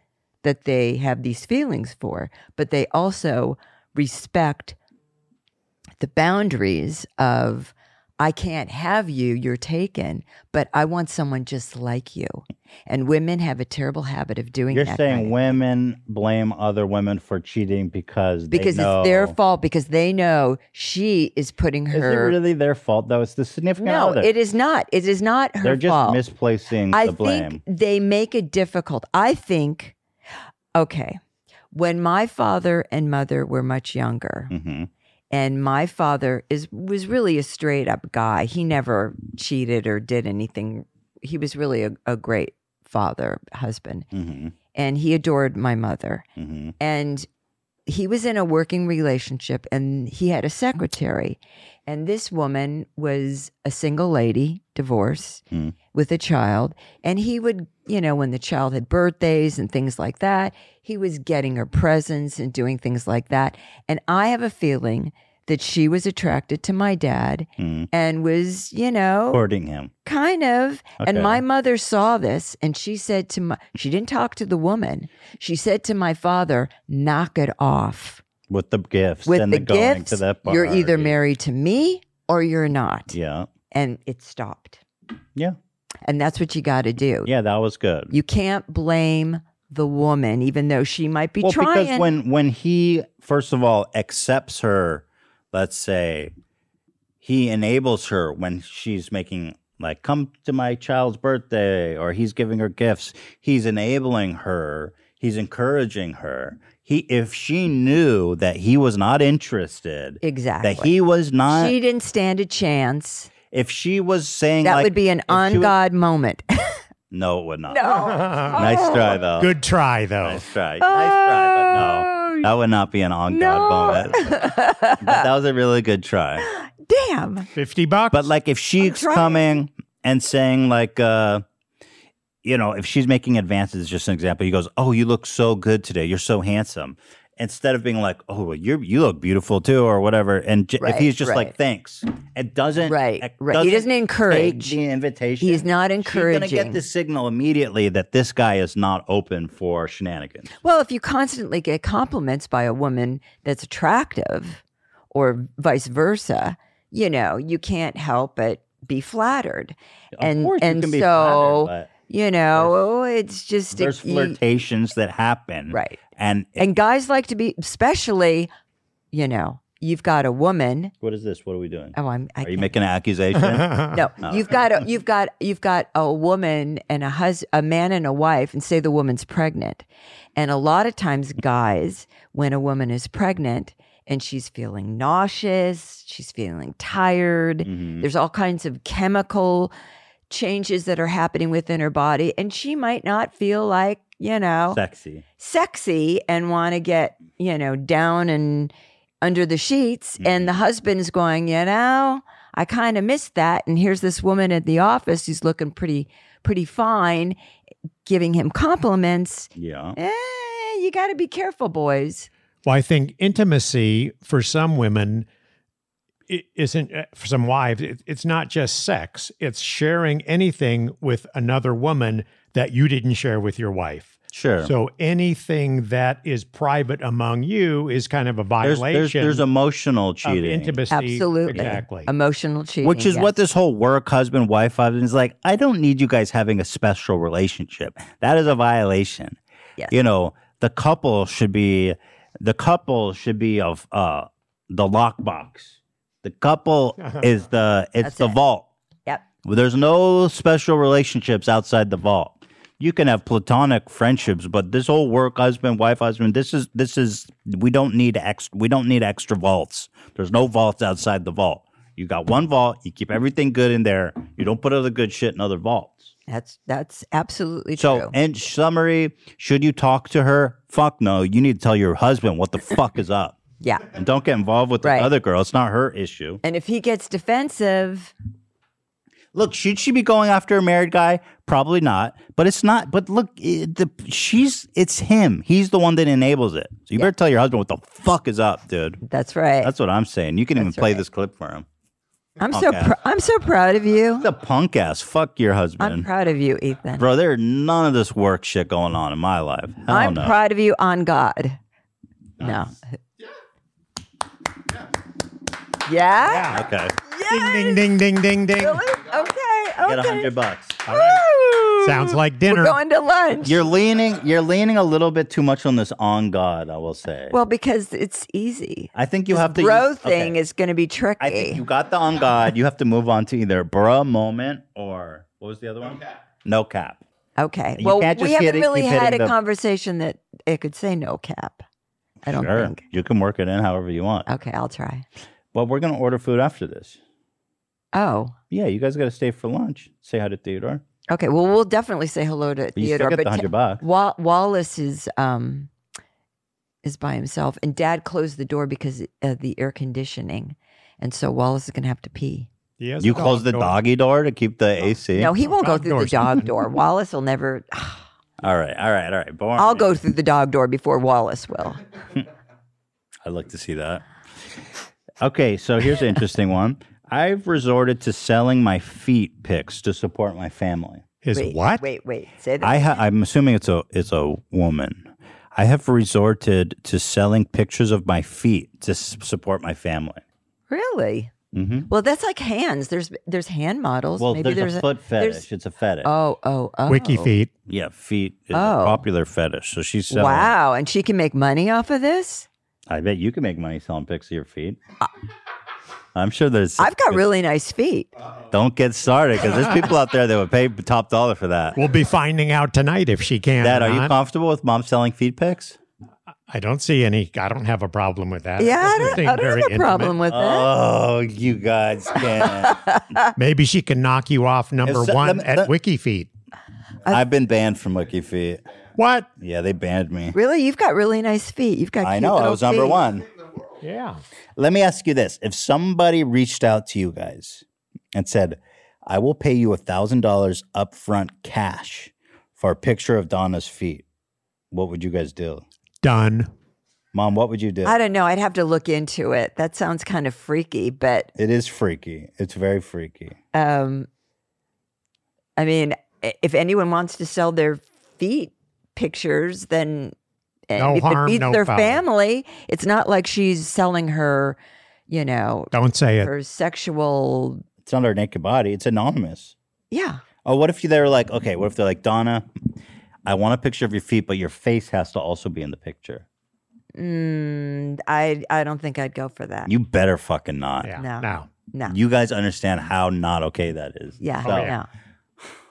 that they have these feelings for, but they also respect the boundaries of I can't have you, you're taken, but I want someone just like you. And women have a terrible habit of doing You're that. saying right? women blame other women for cheating because they because know- it's their fault because they know she is putting Is it her really their fault though? It's the significant No, other. it is not. It is not her They're just fault. misplacing I the blame. think they make it difficult. I think, okay, when my father and mother were much younger, hmm and my father is was really a straight up guy. He never cheated or did anything. He was really a, a great father, husband, hmm and he adored my mother. hmm And he was in a working relationship, and he had a secretary, and this woman was a single lady, divorced Mm. with a child, and he would, you know, when the child had birthdays and things like that, he was getting her presents and doing things like that. And I have a feeling that she was attracted to my dad Mm. and was, you know, Courting him. kind of. Okay. And my mother saw this and she said to my, she didn't talk to the woman. She said to my father, knock it off. with the gifts With and the the, going gifts, to that party. you're either married to me or you're not. Yeah, And it stopped. yeah, And that's what you got to do. yeah. That was good. You can't blame the woman, even though she might be well, trying. because when when he first of all accepts her, let's say he enables her when she's making like come to my child's birthday or he's giving her gifts. He's enabling her. He's encouraging her. He if she knew that he was not interested, exactly. that he was not. she didn't stand a chance. if she was saying That like, would be an she was- on God moment. no, it would not. no. Nice try though. Good try, though. Nice try. Nice try, but Oh. no. That would not be an on God moment. But that was a really good try. Damn. 50 bucks. But like if she's trying. coming and saying like uh you know, if she's making advances, just an example, he goes, Oh, you look so good today. You're so handsome. Instead of being like, Oh, well, you're you look beautiful too, or whatever. And j- if Right, he's just like, right. Thanks. It doesn't Right, it right. He doesn't take encourage. the invitation. He's not She's gonna encouraging. get the signal immediately that this guy is not open for shenanigans. Well, if you constantly get compliments by a woman that's attractive or vice versa, you know, you can't help but be flattered. Of And- course you and can be so- flattered, but You know, oh, it's just there's you- flirtations that happen Right. and And guys like to be especially, you know, you've got a woman. what is this what are we doing Oh, I'm I are you can't- making an accusation Uh-huh. no, you've got a you've got you've got a woman and a hus a man and a wife, and say the woman's pregnant, and a lot of times guys, when a woman is pregnant and she's feeling nauseous, she's feeling tired. Mhm. There's all kinds of chemical changes that are happening within her body, and she might not feel like you know sexy sexy and want to get you know down and under the sheets and the Mm-hmm. husband's going you know i kind of missed that and here's this woman at the office who's looking pretty pretty fine giving him compliments yeah eh, you got to be careful boys Well, I think intimacy for some women i- isn't uh, for some wives. It, it's not just sex; it's sharing anything with another woman that you didn't share with your wife. Sure. So anything that is private among you is kind of a there's, violation there's there's emotional of cheating. intimacy. Absolutely. Exactly. Emotional cheating. Which is yes. what this whole work husband wife husband is like. I don't need you guys having a special relationship. That is a violation. Yes. You know, the couple should be the couple should be of uh the lockbox. The couple is the it's That's the it. vault. Yep. Well, there's no special relationships outside the vault. You can have platonic friendships, but this whole work husband wife husband this is this is we don't need ex we don't need extra vaults. There's no vaults outside the vault. You got one vault. You keep everything good in there. You don't put other good shit in other vaults. That's that's absolutely So, true. in summary, should you talk to her? Fuck no. You need to tell your husband what the fuck is up, yeah. and don't get involved with Right. the other girl. It's not her issue. And if he gets defensive, Look, should she be going after a married guy? Probably not. But it's not. But look, it, the she's it's him. He's the one that enables it. So you better tell your husband what the fuck is up, dude. that's right. That's what I'm saying. You can even That's play right. this clip for him. I'm so okay. pr- I'm so proud of you. The punk ass. Fuck your I'm husband, proud of you, Ethan. bro. There are none of this work shit going on in my life. Hell I'm Oh, no. proud of you on God. No. Yeah. Yeah. okay, Ding ding ding ding ding ding. Really? Okay. get a Okay. hundred bucks. Woo! Sounds like dinner. We're going to lunch. You're leaning. You're leaning a little bit too much on this on God. I will say. well, because it's easy. I think you have to Bro use- thing okay. is going to be tricky. I think you got the on God. You have to move on to either bruh moment or what was the other one? No cap. okay. You Well, can't we just hit haven't it- really keep hitting had a the- conversation that it could say no cap. I don't Sure. think. You can work it in however you want. Okay, I'll try. Well, we're going to order food after this. Oh. Yeah, you guys got to stay for lunch. Say hi to Theodore. Okay. Well, we'll definitely say hello to But you still Theodore. get the but 100 bucks. Wa- Wallace is um is by himself, and Dad closed the door because of the air conditioning, and so Wallace is gonna have to pee. He has You a close the door. doggy door to keep the AC? No, he won't go dog through the doors. dog door. Wallace will never. All right, all right, all right. Boring. I'll go through the dog door before Wallace will. I'd like to see that. Okay, so here's an interesting one. I've resorted to selling my feet pics to support my family. His wait, what? Wait, wait. Say that. I ha- I'm assuming it's a it's a woman. I have resorted to selling pictures of my feet to s- support my family. really? hmm Well, that's like hands. There's there's hand models. Well, Maybe there's, there's, a foot there's- fetish. It's a fetish. Oh, oh, oh. Wiki feet. yeah, feet is a Oh. popular fetish. So she's selling. Wow, and she can make money off of this. I bet you can make money selling pics of your feet. I'm sure there's. Uh, I've got really nice feet. Don't get started because there's people out there that would pay top dollar for that. We'll be finding out tonight if she can. Dad, or are you not. comfortable with mom selling feet pics? I don't see any. I don't have a problem with that. It Yeah, I doesn't don't, seem I don't very have a intimate. problem with that. Oh, you guys can. Maybe she can knock you off number If so- one lemme- at let- Wiki feet. I've been banned from Wiki Feet. What? Yeah, they banned me. Really, you've got really nice feet. You've got. I cute know. I little was number feet. one. Yeah. Let me ask you this: If somebody reached out to you guys and said, "I will pay you a thousand dollars upfront cash for a picture of Donna's feet," what would you guys do, Done. Mom? What would you do? I don't know. I'd have to look into it. That sounds kind of freaky, but It is freaky. It's very freaky. um, I mean, i- if anyone wants to sell their feet pictures, then and No if harm, it feeds no their foul. family, it's not like she's selling her, you know, Don't say it. her sexual. It's not her naked body. It's anonymous. Yeah. Oh, what if you they're like, okay, what if they're like, Donna, I want a picture of your feet, but your face has to also be in the picture. Mm, I I don't think I'd go for that. You better fucking not. Yeah. No. No. no. You guys understand how not okay that is. yeah. So- No.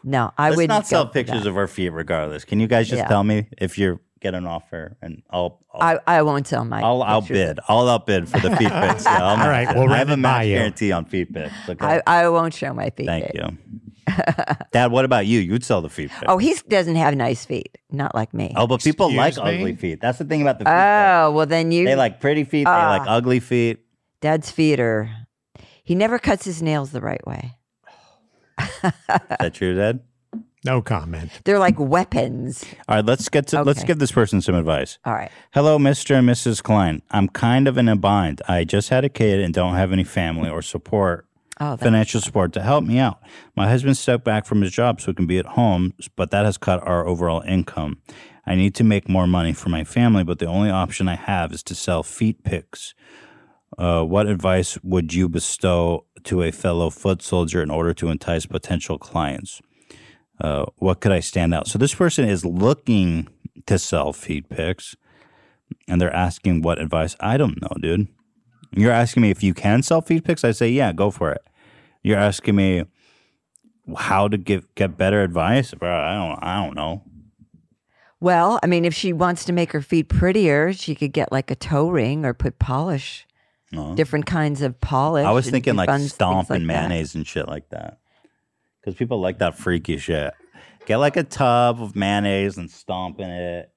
No. I Let's wouldn't not sell go for pictures that. of our feet, regardless. Can you guys just Yeah. tell me if you get an offer, and I'll I'll I, I won't sell my. I'll, I'll pictures of- bid. I'll outbid for the feet pics. Yeah, I'll All right, match it. we'll I have run a it by match you. guarantee on feet pics. Okay. I, I won't show my feet. Thank pic. you, Dad. What about you? You'd sell the feet pics. Oh, he doesn't have nice feet. Not like me. Oh, but people like Excuse me? ugly feet. That's the thing about the feet. pics. Oh, well then you. They like pretty feet. Ah. they like ugly feet. Dad's feet are. He never cuts his nails the right way. Is that true, Dad? No comment. They're like weapons. All right, let's get to let's Okay. give this person some advice. All right. Hello, Mr. and Mrs. Klein. I'm kind of in a bind. I just had a kid and don't have any family or support Oh, that, financial support to help me out. My husband stepped back from his job so he can be at home, but that has cut our overall income. I need to make more money for my family, but the only option I have is to sell feet pics. Uh, what advice would you bestow to a fellow foot soldier in order to entice potential clients? Uh, what could I stand out? So this person is looking to sell feet pics, and they're asking what advice. I don't know, dude. You're asking me if you can sell feed picks? I say, yeah, go for it. You're asking me how to give get better advice? Bro, I don't I don't know. Well, I mean, if she wants to make her feet prettier, she could get like a toe ring or put polish, No. different kinds of polish. I was and thinking do like fun things stomp like and that. mayonnaise and shit like that. Cuz people like that freaky shit. Get like a tub of mayonnaise and stomp in it.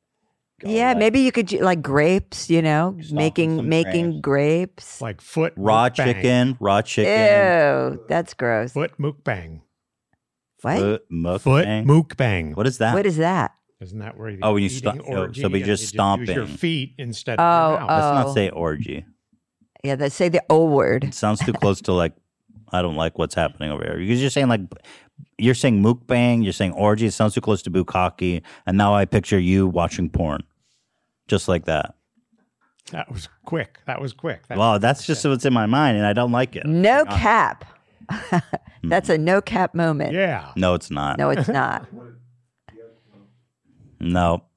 Go, Yeah, like, maybe you could do- like grapes, you know, Stomp in some making making grapes. like foot raw mukbang. chicken, raw chicken. Ew, that's gross. foot mukbang, What? Foot mukbang. foot mukbang. What is that? What is that? Isn't that where? Oh, when you eating stomp- oh, so orgy we and just you Use your stomping. feet instead of your Oh, mouth. Let's Oh. not say orgy. Yeah, they say the O word. It sounds too close to like I don't like what's happening over here. Because you're saying like you're saying mukbang, you're saying orgy. It sounds too close to bukkake, and now I picture you watching porn, just like that. That was quick. That was quick. That- wow, that's just what's in my mind, and I don't like it. No cap. that's Mm-hmm. a no cap moment. Yeah. No, it's not. No, No, it's not.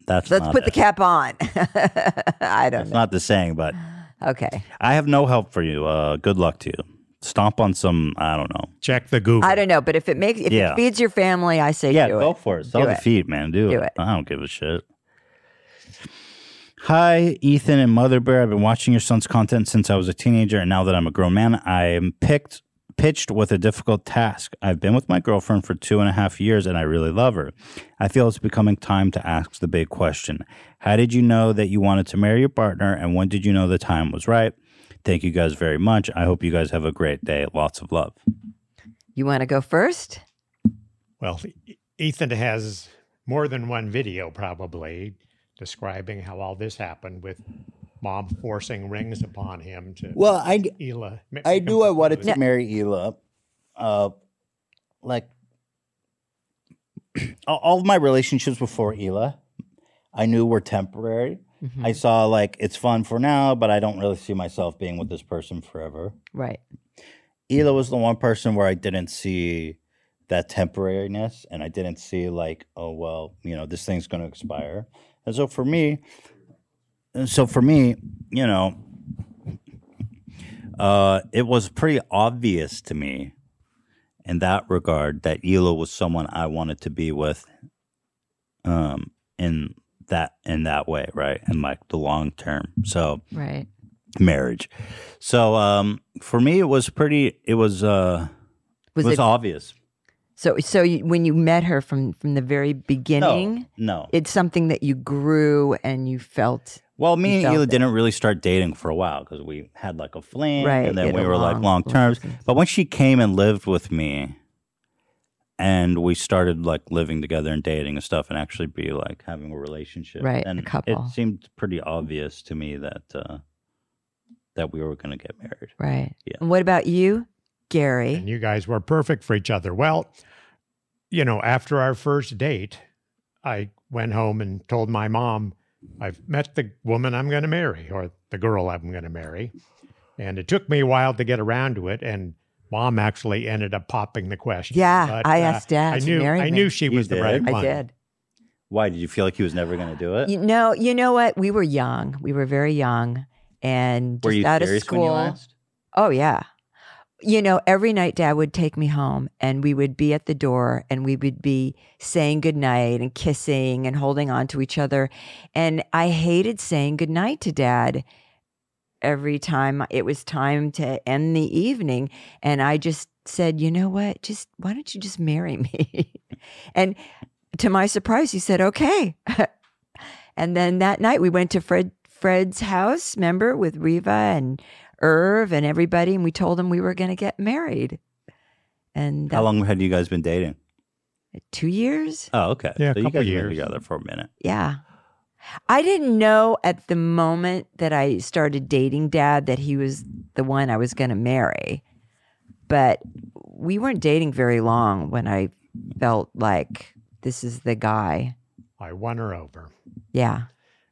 that's Let's not put the it. cap on. I don't It's know. not the saying, but Okay. I have no help for you. Uh, good luck to you. Stomp on some. I don't know. Check the Google. I don't know, but if it makes if Yeah. it feeds your family, I say Yeah, do go it. for it. Sell Do the it. feet, man. Do, Do it. it. I don't give a shit. Hi, Ethan and Mother Bear. I've been watching your son's content since I was a teenager, and now that I'm a grown man, I am picked pitched with a difficult task. I've been with my girlfriend for two and a half years, and I really love her. I feel it's becoming time to ask the big question: How did you know that you wanted to marry your partner, and when did you know the time was right? Thank you guys very much. I hope you guys have a great day. Lots of love. You want to go first? Well, E- Ethan has more than one video probably describing how all this happened with mom forcing rings upon him to Well, I Ela. ma- I make him knew I wanted propose. to marry Ela. Uh, like all- all of my relationships before Ela, I knew were temporary. Mm-hmm. I saw like it's fun for now, but I don't really see myself being with this person forever. right. Ela was the one person where I didn't see that temporariness and I didn't see like, oh well, you know, this thing's gonna expire. And so for me and so for me, you know, uh, it was pretty obvious to me in that regard that Ela was someone I wanted to be with um in that in that way, right? In like the long term. So Right. marriage. So um, for me, it was pretty. It was uh, Was it was it obvious. so so you, when you met her from from the very beginning, No, no. it's something that you grew and you felt well, me and felt Ela it. didn't really start dating for a while because we had like a fling, Right, and you then had we a were like long- long terms. long distance. But when she came and lived with me, and we started like living together and dating and stuff, and actually be like having a relationship, Right, a And couple. it seemed pretty obvious to me that uh, that we were going to get married. right. Yeah. And what about you, Gary? And you guys were perfect for each other. Well, you know, after our first date, I went home and told my mom, I've met the woman I'm going to marry or the girl I'm going to marry. And it took me a while to get around to it. And mom actually ended up popping the question. Yeah, But, I uh, asked Dad I to knew, marry I me. knew she You was the did? right I one. did. Why did you feel like he was never going to do it? You know, you know what? We were young. We were very young, and were just you out of serious school. when you asked? Oh, yeah. You know, every night dad would take me home and we would be at the door and we would be saying goodnight and kissing and holding on to each other. And I hated saying goodnight to dad every time it was time to end the evening. And I just said, you know what? Just why don't you just marry me? and to my surprise, he said, okay. and then that night we went to Fred Fred's house, remember, with Riva and Irv and everybody, and we told him we were going to get married. And How that- long had you guys been dating? Two years? Oh, okay. Yeah, a so you couple guys were years. together for a minute. Yeah. I didn't know at the moment that I started dating dad that he was the one I was going to marry. But we weren't dating very long when I felt like this is the guy. I won her over. Yeah.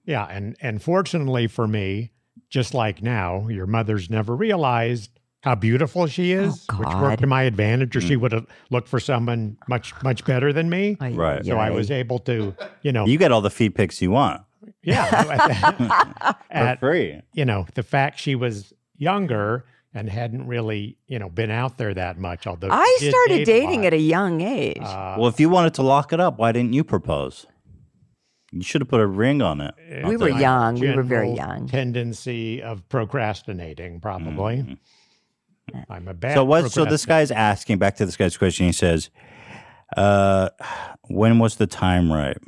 Yeah, and and fortunately for me, just like now, your mother's never realized how beautiful she Oh, is, which God. worked to my advantage, or she Mm. would have looked for someone much much better than me. Ay, Right. So I yay. was able to, you know, You get all the feed pics you want yeah, at, for free. you know the fact she was younger and hadn't really, you know, been out there that much. Although I she did started date dating at lot. a young age. Uh, well, if you wanted to lock it up, why didn't you propose? You should have put a ring on it. we were my young. We were very general young. Tendency of procrastinating, probably. I'm a bad. Mm-hmm. So what? So this guy's asking back to this guy's question. He says, uh, "When was the time right?"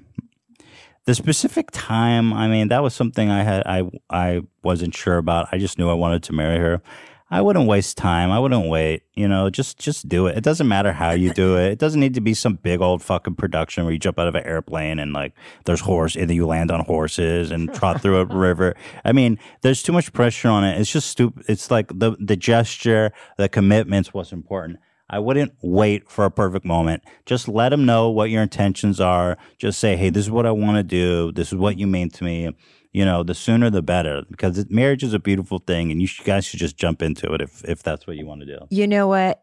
The specific time. I mean, that was something I had. I I wasn't sure about. I just knew I wanted to marry her. I wouldn't waste time. I wouldn't wait. You know, just just do it. It doesn't matter how you do it. It doesn't need to be some big old fucking production where you jump out of an airplane and like there's horse and then you land on horses and trot through a river. I mean, there's too much pressure on it. It's just stupid. It's like the the gesture, the commitments, what's important. I wouldn't wait for a perfect moment. Just let them know what your intentions are. Just say, hey, this is what I want to do. This is what you mean to me. You know, the sooner the better because it, marriage is a beautiful thing and you, sh- guys should just jump into it if, if that's what you want to do. You know what?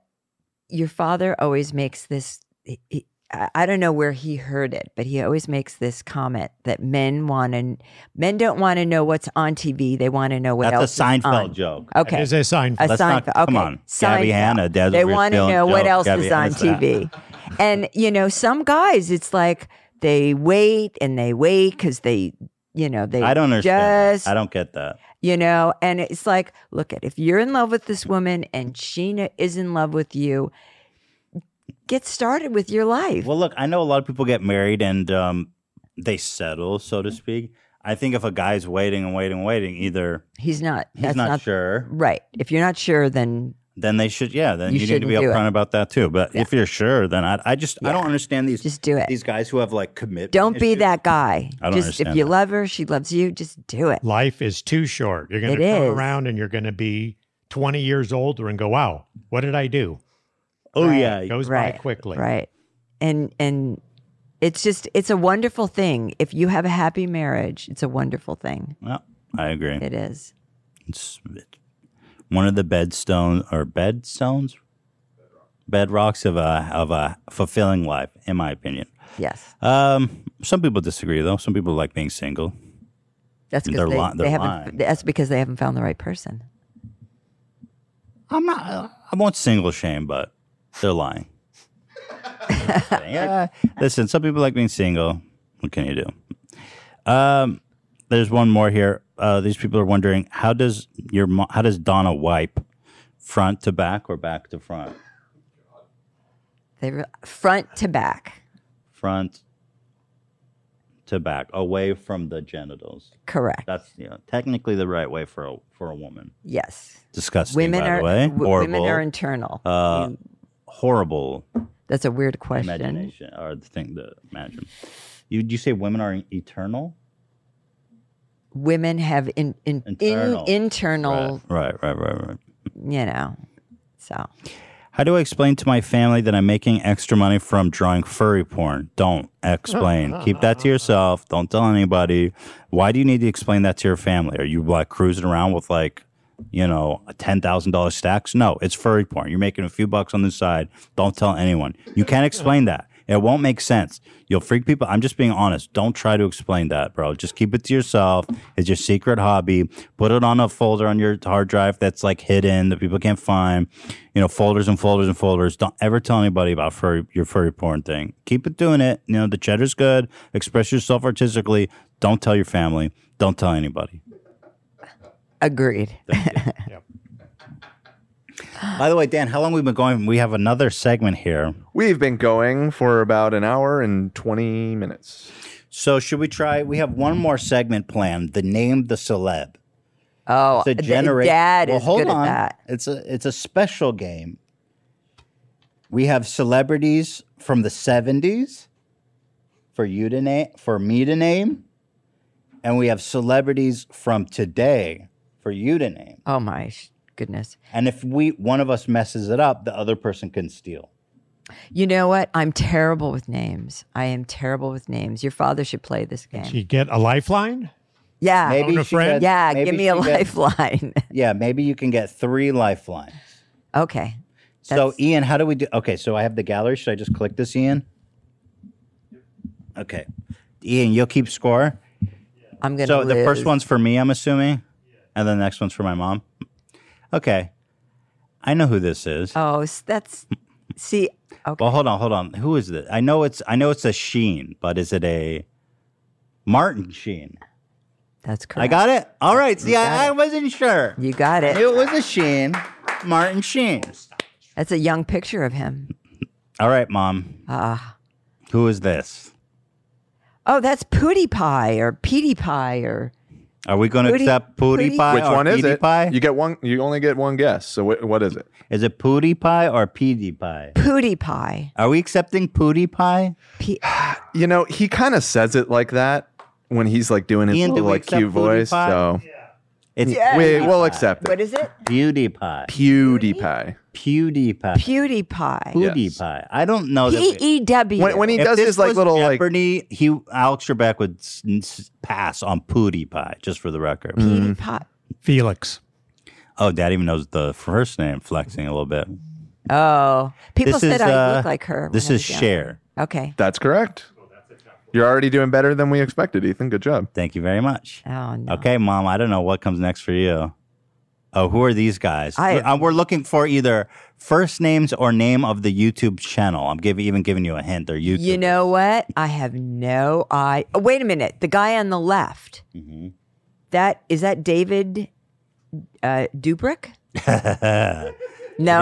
Your father always makes this. he- he- I I don't know where he heard it, but he always makes this comment that men want to, men don't want to know what's on TV. They want to know what else. that's a is Seinfeld on. joke. Okay, is a Seinfeld. a Let's not- Seinfeld. come okay. on. Gabby Seinfeld. Hanna, Dez They We're want to stealing know what jokes. else Gabby is on Hanna's that. TV. and, you know, some guys, it's like they wait and they wait because they, you know, they I don't understand. just, that. I don't get that. you know, and it's like, look at if you're in love with this woman and Sheena is in love with you, get started with your life. Well, look, I know a lot of people get married and um, they settle, so Mm-hmm. to speak. I think if a guy's waiting and waiting and waiting, either He's not, he's that's not, not, sure, right. If you're not sure, then then they should, yeah, then You you, need to be shouldn't do it. upfront about that too. But if you're sure, then I, I just, I don't understand these just do it. these guys who have like commitment. don't be issues. that guy. I don't just if understand you that. love her, she loves you, just do it. Life is too short. You're going It to turn is. around and you're going to be 20 years older and go, wow, what did I do? Oh yeah, It goes by Right. quickly. Right. And and it's just it's a wonderful thing. If you have a happy marriage, it's a wonderful thing. Well, I agree. It is. It's it's one of the bedstone or bedstones, bedrocks of a of a fulfilling life, in my opinion. Yes. Um, some people disagree though. Some people like being single. That's They're because they, li- they're they haven't lying. that's because they haven't found the right person. I'm not. uh, I won't single shame, but they're lying. yeah. Listen, some people like being single. What can you do? Um, there's one more here. Uh, these people are wondering how does your mo- how does Donna wipe front to back or back to front? They re- front to back. Front to back, away from the genitals. Correct. That's you know, technically the right way for a for a woman. yes. Disgusting, Women by are the way. w- horrible, women are internal. Uh, horrible that's a weird question. imagination or the thing to imagine. You you say women are eternal? Women have in, in, Internal. in internal, Right, right, right, right. you know. So How do I explain to my family that I'm making extra money from drawing furry porn? Don't explain. Keep that to yourself. Don't tell anybody. Why do you need to explain that to your family? Are you like cruising around with like, you know, ten thousand dollar stacks? No, it's furry porn. You're making a few bucks on the side. Don't tell anyone. You can't explain that. It won't make sense. You'll freak people. I'm just being honest. Don't try to explain that, bro. Just keep it to yourself. It's your secret hobby. Put it on a folder on your hard drive that's like hidden that people can't find. You know, folders and folders and folders. Don't ever tell anybody about furry, your furry porn thing. Keep it doing it. You know, the cheddar's good. Express yourself artistically. Don't tell your family. Don't tell anybody. agreed. By the way, Dan, how long we've been going? We have another segment here. We've been going for about an hour and 20 minutes. So should we try? We have one more segment planned. The name the celeb. Oh, to the generate. dad well, is hold good on. at that. It's a it's a special game. We have celebrities from the seventies for you to name for me to name, and we have celebrities from today for you to name. Oh my sh- goodness. And if we one of us messes it up, the other person can steal. You know what? I'm terrible with names. I am terrible with names. Your father should play this game. She get a lifeline? yeah. Maybe Phone a she friend? gets- yeah. maybe give me she a gets- lifeline. Yeah, maybe you can get three lifelines. okay. So, That's- Ian, how do we do? Okay, so I have the gallery. Should I just click this, Ian? Okay, Ian, you'll keep score. I'm going to. So the first one's for me, I'm assuming, and then the next one's for my mom. Okay, I know who this is. Oh, s- that's. See, okay. Well, hold on, hold on. Who is this? I know it's I know it's a Sheen, but is it a Martin Sheen? That's correct. I got it. All right. See, got I, I it. wasn't sure. You got I it. knew it was a Sheen, Martin Sheen. That's a young picture of him. All right, mom. Ah. Who is this? oh, that's Pootie Pie or Petey Pie or. Are we going to Pootie- accept Pootie Pootie- Pie Which or one is it? PewDiePie? You get one. You only get one guess. So wh- what is it? Is it Pootie Pie or Pootie Pie? Pootie Pie. Are we accepting Pootie Pie? P- You know, he kind of says it like that when he's like doing his Ian, do little we like accept cute voice. PewDiePie? So It's Yeah. we will PewDiePie. accept what it. is it? PewDiePie. PewDiePie. PewDiePie. Pewdie Pie. Yes. PewDiePie. I don't know that. P we- E W. When, when he does his like little like Jeopardy, he Alex Trebek would s- s- pass on Pootie Pie, just for the record. Mm. Petey Pie. Felix. Oh, Dad even knows the first name, flexing a little bit. Oh, people This said is, I uh, look like her. when This I is was young. Cher. Okay. That's correct. You're already doing better than we expected, Ethan. Good job. Thank you very much. Oh no. Okay, Mom, I don't know what comes next for you. Oh, who are these guys? I- Uh, We're looking for either first names or name of the YouTube channel. I'm giving even giving you a hint. They're YouTube. You know what? I have no I. Oh, wait a minute. The guy on the left. Mhm. That is that David uh, Dubrick? No,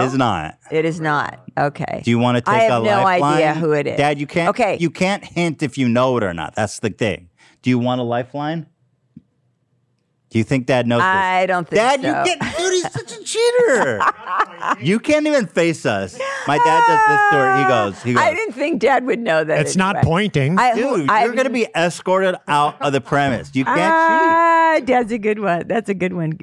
it is not. It is not. Okay. Do you want to take I have a no lifeline? idea who it is. Dad, you can't. Okay. you can't hint if you know it or not. That's the thing. Do you want a lifeline? Do you think Dad knows I don't this? think Dad, so. you get dude. He's such a cheater. you can't even face us. My dad does this to her. He goes. He goes. Ah, I didn't think Dad would know that. It's not anyway. pointing. I, Dude, I, you're going to be escorted out of the premise. You can't Ah, that's a good one. That's a good one.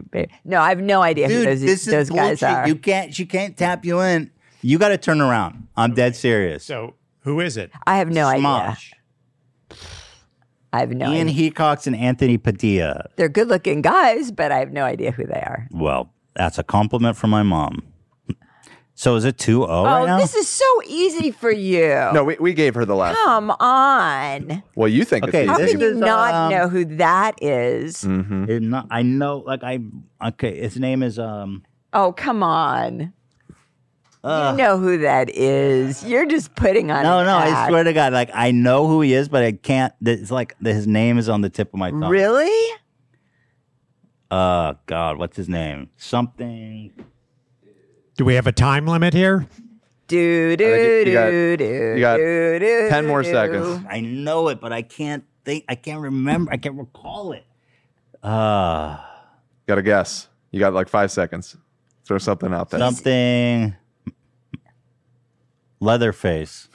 No, I have no idea shoot. Dude, who those, this those is bullshit. guys are. You can't. She can't tap you in. You got to turn around. I'm dead serious. So who is it? I have no idea. Smosh. I have no Ian idea. Hecox and Anthony Padilla. They're good looking guys, but I have no idea who they are. Well, that's a compliment from my mom. So is it 2-0 right oh, now? this is so easy for you. No, we, we gave her the last. Oh. Come on. Well, you think Okay, How it's this easy. can you is, not um, Mm. know who that is? hmm It's not- I know, like I, okay, his name is, um, Oh, come on. uh, you know who that is. You're just putting on no, an no, I act. swear to God, like I know who he is, but I can't, it's like his name is on the tip of my tongue. Really? Uh, God, what's his name? Something. Do we have a time limit here? Do, you- do, you got- do, do, you got do, do, 10 more do. seconds. I know it, but I can't think. I can't remember. I can't recall it. Uh, Got to guess. You got like five seconds. Throw something out there. something. Leatherface.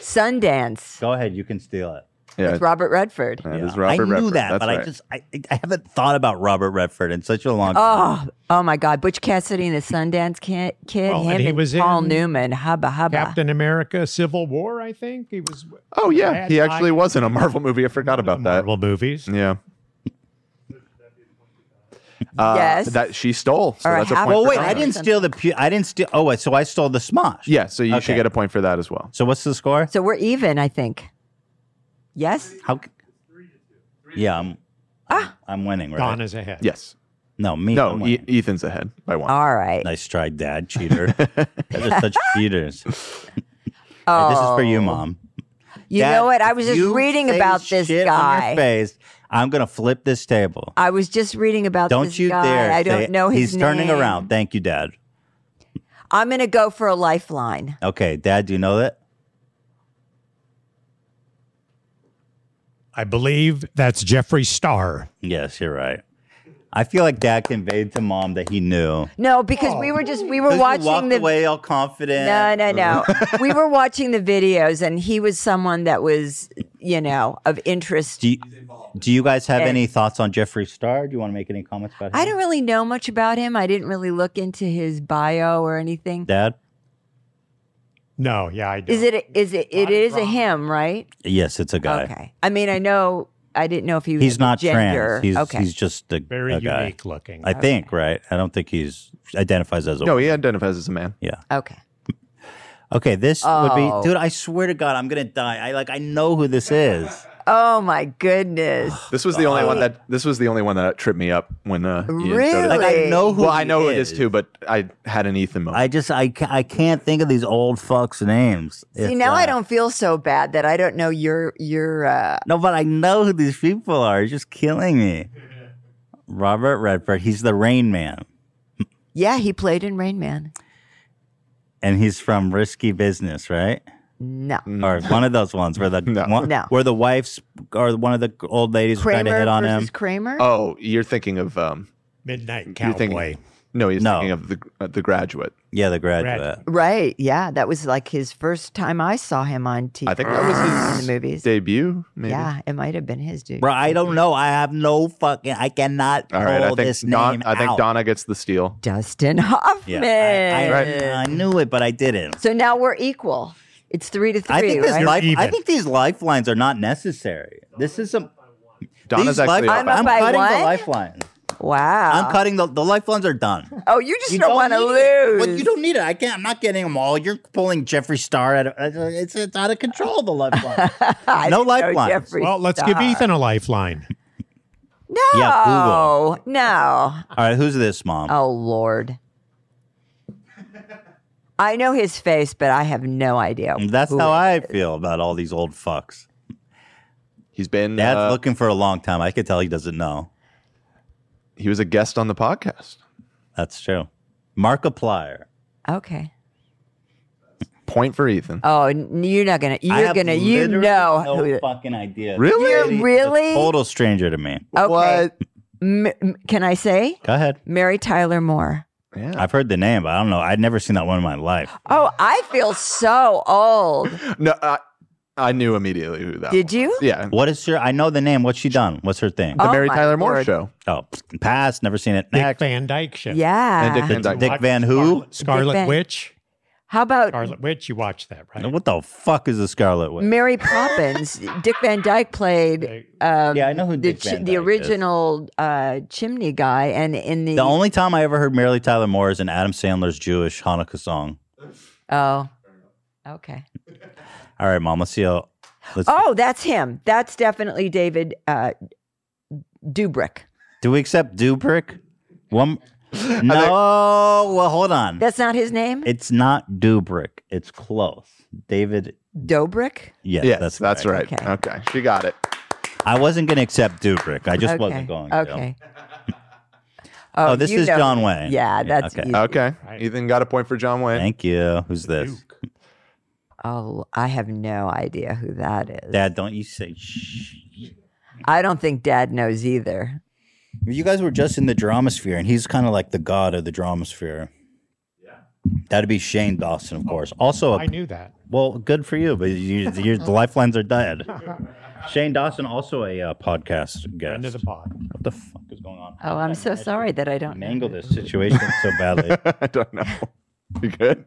Sundance. Go ahead. You can steal it. yeah, It's Robert Redford. yeah, it Yeah. is Robert I knew Redford. that, That's but I right. just I, I haven't thought about Robert Redford in such a long time. Oh, oh my God! Butch Cassidy and the Sundance Kid, kid Well, and him and, he was Paul in Newman, hubba hubba. Captain America Civil War, I think. He was Oh yeah, Bad he actually guy. was in a Marvel movie. I forgot about that. Marvel movies. Yeah. Uh, Yes. That she stole. So Or a that's a half- point. well, for Oh, wait. Donna. I didn't steal the. Pu- I didn't steal. Oh, wait, so I stole the Smosh. Yeah, so you Okay. should get a point for that as well. So what's the score? So we're even, I think. Yes. How? c- Yeah, I'm. I'm winning, right? Don is ahead. Yes. No, me. I'm Ah. No, winning. e- Ethan's ahead by Oh. one. All right. Nice try, Dad. Cheater. They're just such cheaters. Oh. And This is for you, Mom. Oh, You Dad, know what? I if was just you reading say about this shit on your guy. face, I'm gonna flip this table. I was just reading about Don't this you guy. dare! I don't say- know his He's turning name. around. Thank you, Dad. I'm going to go for a lifeline. Okay, Dad. Do you know that? I believe that's Jeffree Star. Yes, you're right. I feel like Dad conveyed to Mom that he knew. No, because we were just we were You watching walked the away all confident. No, no, no. we were watching the videos and he was someone that was, you know, of interest. Do you, do you guys have And- any thoughts on Jeffree Star? Do you want to make any comments about him? I don't really know much about him. I didn't really look into his bio or anything. Dad. No, yeah, I do. Is it? a- Is it? It Body is a drama. him, right? Yes, it's a guy. Okay. I mean, I know. I didn't know if he was He's the not gender. trans. He's okay. he's just a, very a guy. unique looking? I think, right? I don't think he's identifies as a No, he identifies as a man. okay. Okay, this would Oh. be dude, I swear to God, I'm gonna die. I like I know who this is. Oh my goodness. This was the only one that this was the only one that tripped me up when uh, Ian showed Like it. Really? I know who Well, he I know is. it is too, but I had an Ethan moment. I just I ca- I can't think of these old fucks names. See, It's, now I uh, don't feel so bad that I don't know your your. Uh, No, but I know who these people are. It's just killing me. Robert Redford, he's the Rain Man, yeah, he played in Rain Man. and he's from Risky Business, right? No. Or one of those ones where the No. one- No. where the wife's or one of the old ladies trying to Kramer hit on versus him. Kramer. oh, you're thinking of um, Midnight You're Cowboy. thinking- no, he's No. thinking of the uh, the graduate. Yeah, the graduate. Graduate. Right. Yeah, that was like his first time I saw him on TV. I think that was in his the movies. debut. Maybe. yeah, it might have been his dude. Bro, I don't know. I have no fucking. I cannot All right. I pull think this Don, name I think out. Donna gets the steal. Dustin Hoffman. Yeah, I, I, Right. I knew it, but I didn't. So now we're equal. It's three to three. I think this right? life, I even. think these lifelines are not necessary. This is a Donna's these actually. lifelines- I'm up I'm by cutting one? the lifelines. wow. I'm cutting the the lifelines are done. oh, you just You Uh-huh. don't, want to need it. lose. Well, you don't need it. I can't. I'm not getting them all. You're pulling Jeffree Star out. Of, it's it's out of control. The lifeline. no I didn't know lifelines. Jeffree Well, let's Star. give Ethan a lifeline. No. Yeah, Google. No. all right, who's this, mom? Oh Lord. I know his face, but I have no idea. That's Oh, who how it- I feel about all these old fucks. He's been. Dad's Uh, looking for a long time. I could tell he doesn't know. he was a guest on the podcast. That's true. Markiplier. Okay. Point for Ethan. Oh, n- you're not gonna. I You're have gonna. You literally know no who? fucking idea. Really? You're Lady is a really? total stranger to me. Okay. What? M- m- can I say Go ahead. Mary Tyler Moore? Yeah. I've heard the name, but I don't know. I'd never seen that one in my life. Oh, I feel so old. No, I, I knew immediately who that. Did you? was. Yeah. What is your? I know the name. What's she done? What's her thing? The Oh Mary my Tyler Moore Lord. show. Oh, pst, pass. Never seen it. Dick Next. Van Dyke show. And Dick Yeah. Van Dyke. Dick Watch Van who? Scarlet, Scarlet Dick Van- Witch. How about Scarlet Witch. You watch that, right? What the fuck is the Scarlet Witch? Mary Poppins? Dick Van Dyke played Okay. um, Yeah, I know who the, Dick Van the Dyke is. original uh, chimney guy, and in the, The only time I ever heard Mary Tyler Moore is in Adam Sandler's Jewish Hanukkah song. oh, okay. All right, Mom. Let's see how. Let's, Oh, that's him. That's definitely David uh, Dubrick. Do we accept Dubrick? One. No. Well, hold on. That's not his name. It's not Dubrick. It's close. David. Dobrik. Yes, Yes, that's that's, correct. right. Okay. Okay. she got it. I wasn't going to accept Dubrick. I just okay. wasn't going. to. Okay. Oh, this you is know- John Wayne. Yeah, that's okay. Oh, easy. Okay, Right. Ethan got a point for John Wayne. Thank you. Who's this? Duke. Oh, I have no idea who that is. Dad, don't you say shh. I don't think Dad knows either. You guys were just in the Dramosphere, and he's kind of like the god of the Dramosphere. Yeah. Oh, That'd be Shane Dawson, of course. Also, I a, knew that. well, good for you, but you, you, the lifelines are dead. Shane Dawson, also a uh, podcast guest. End of the pod. what the fuck is going on? Oh, I'm so sorry that I don't. know. Mangle this situation so badly. I don't know. You good?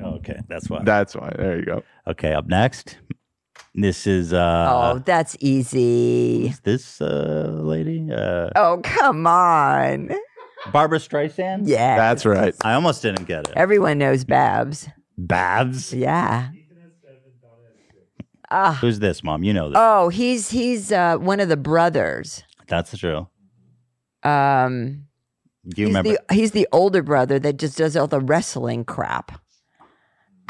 okay, that's why. That's why. There you go. okay, up next, this is uh, Oh, that's easy. is this uh, lady, uh, Oh, come on. Barbara Streisand. Yeah. That's right. I almost didn't get it. Everyone knows Babs. Babs. Yeah. Ah. Who's this, mom? You know this. Oh, he's he's uh, one of the brothers. That's true. Um, Do you he's remember? The, he's the older brother that just does all the wrestling crap.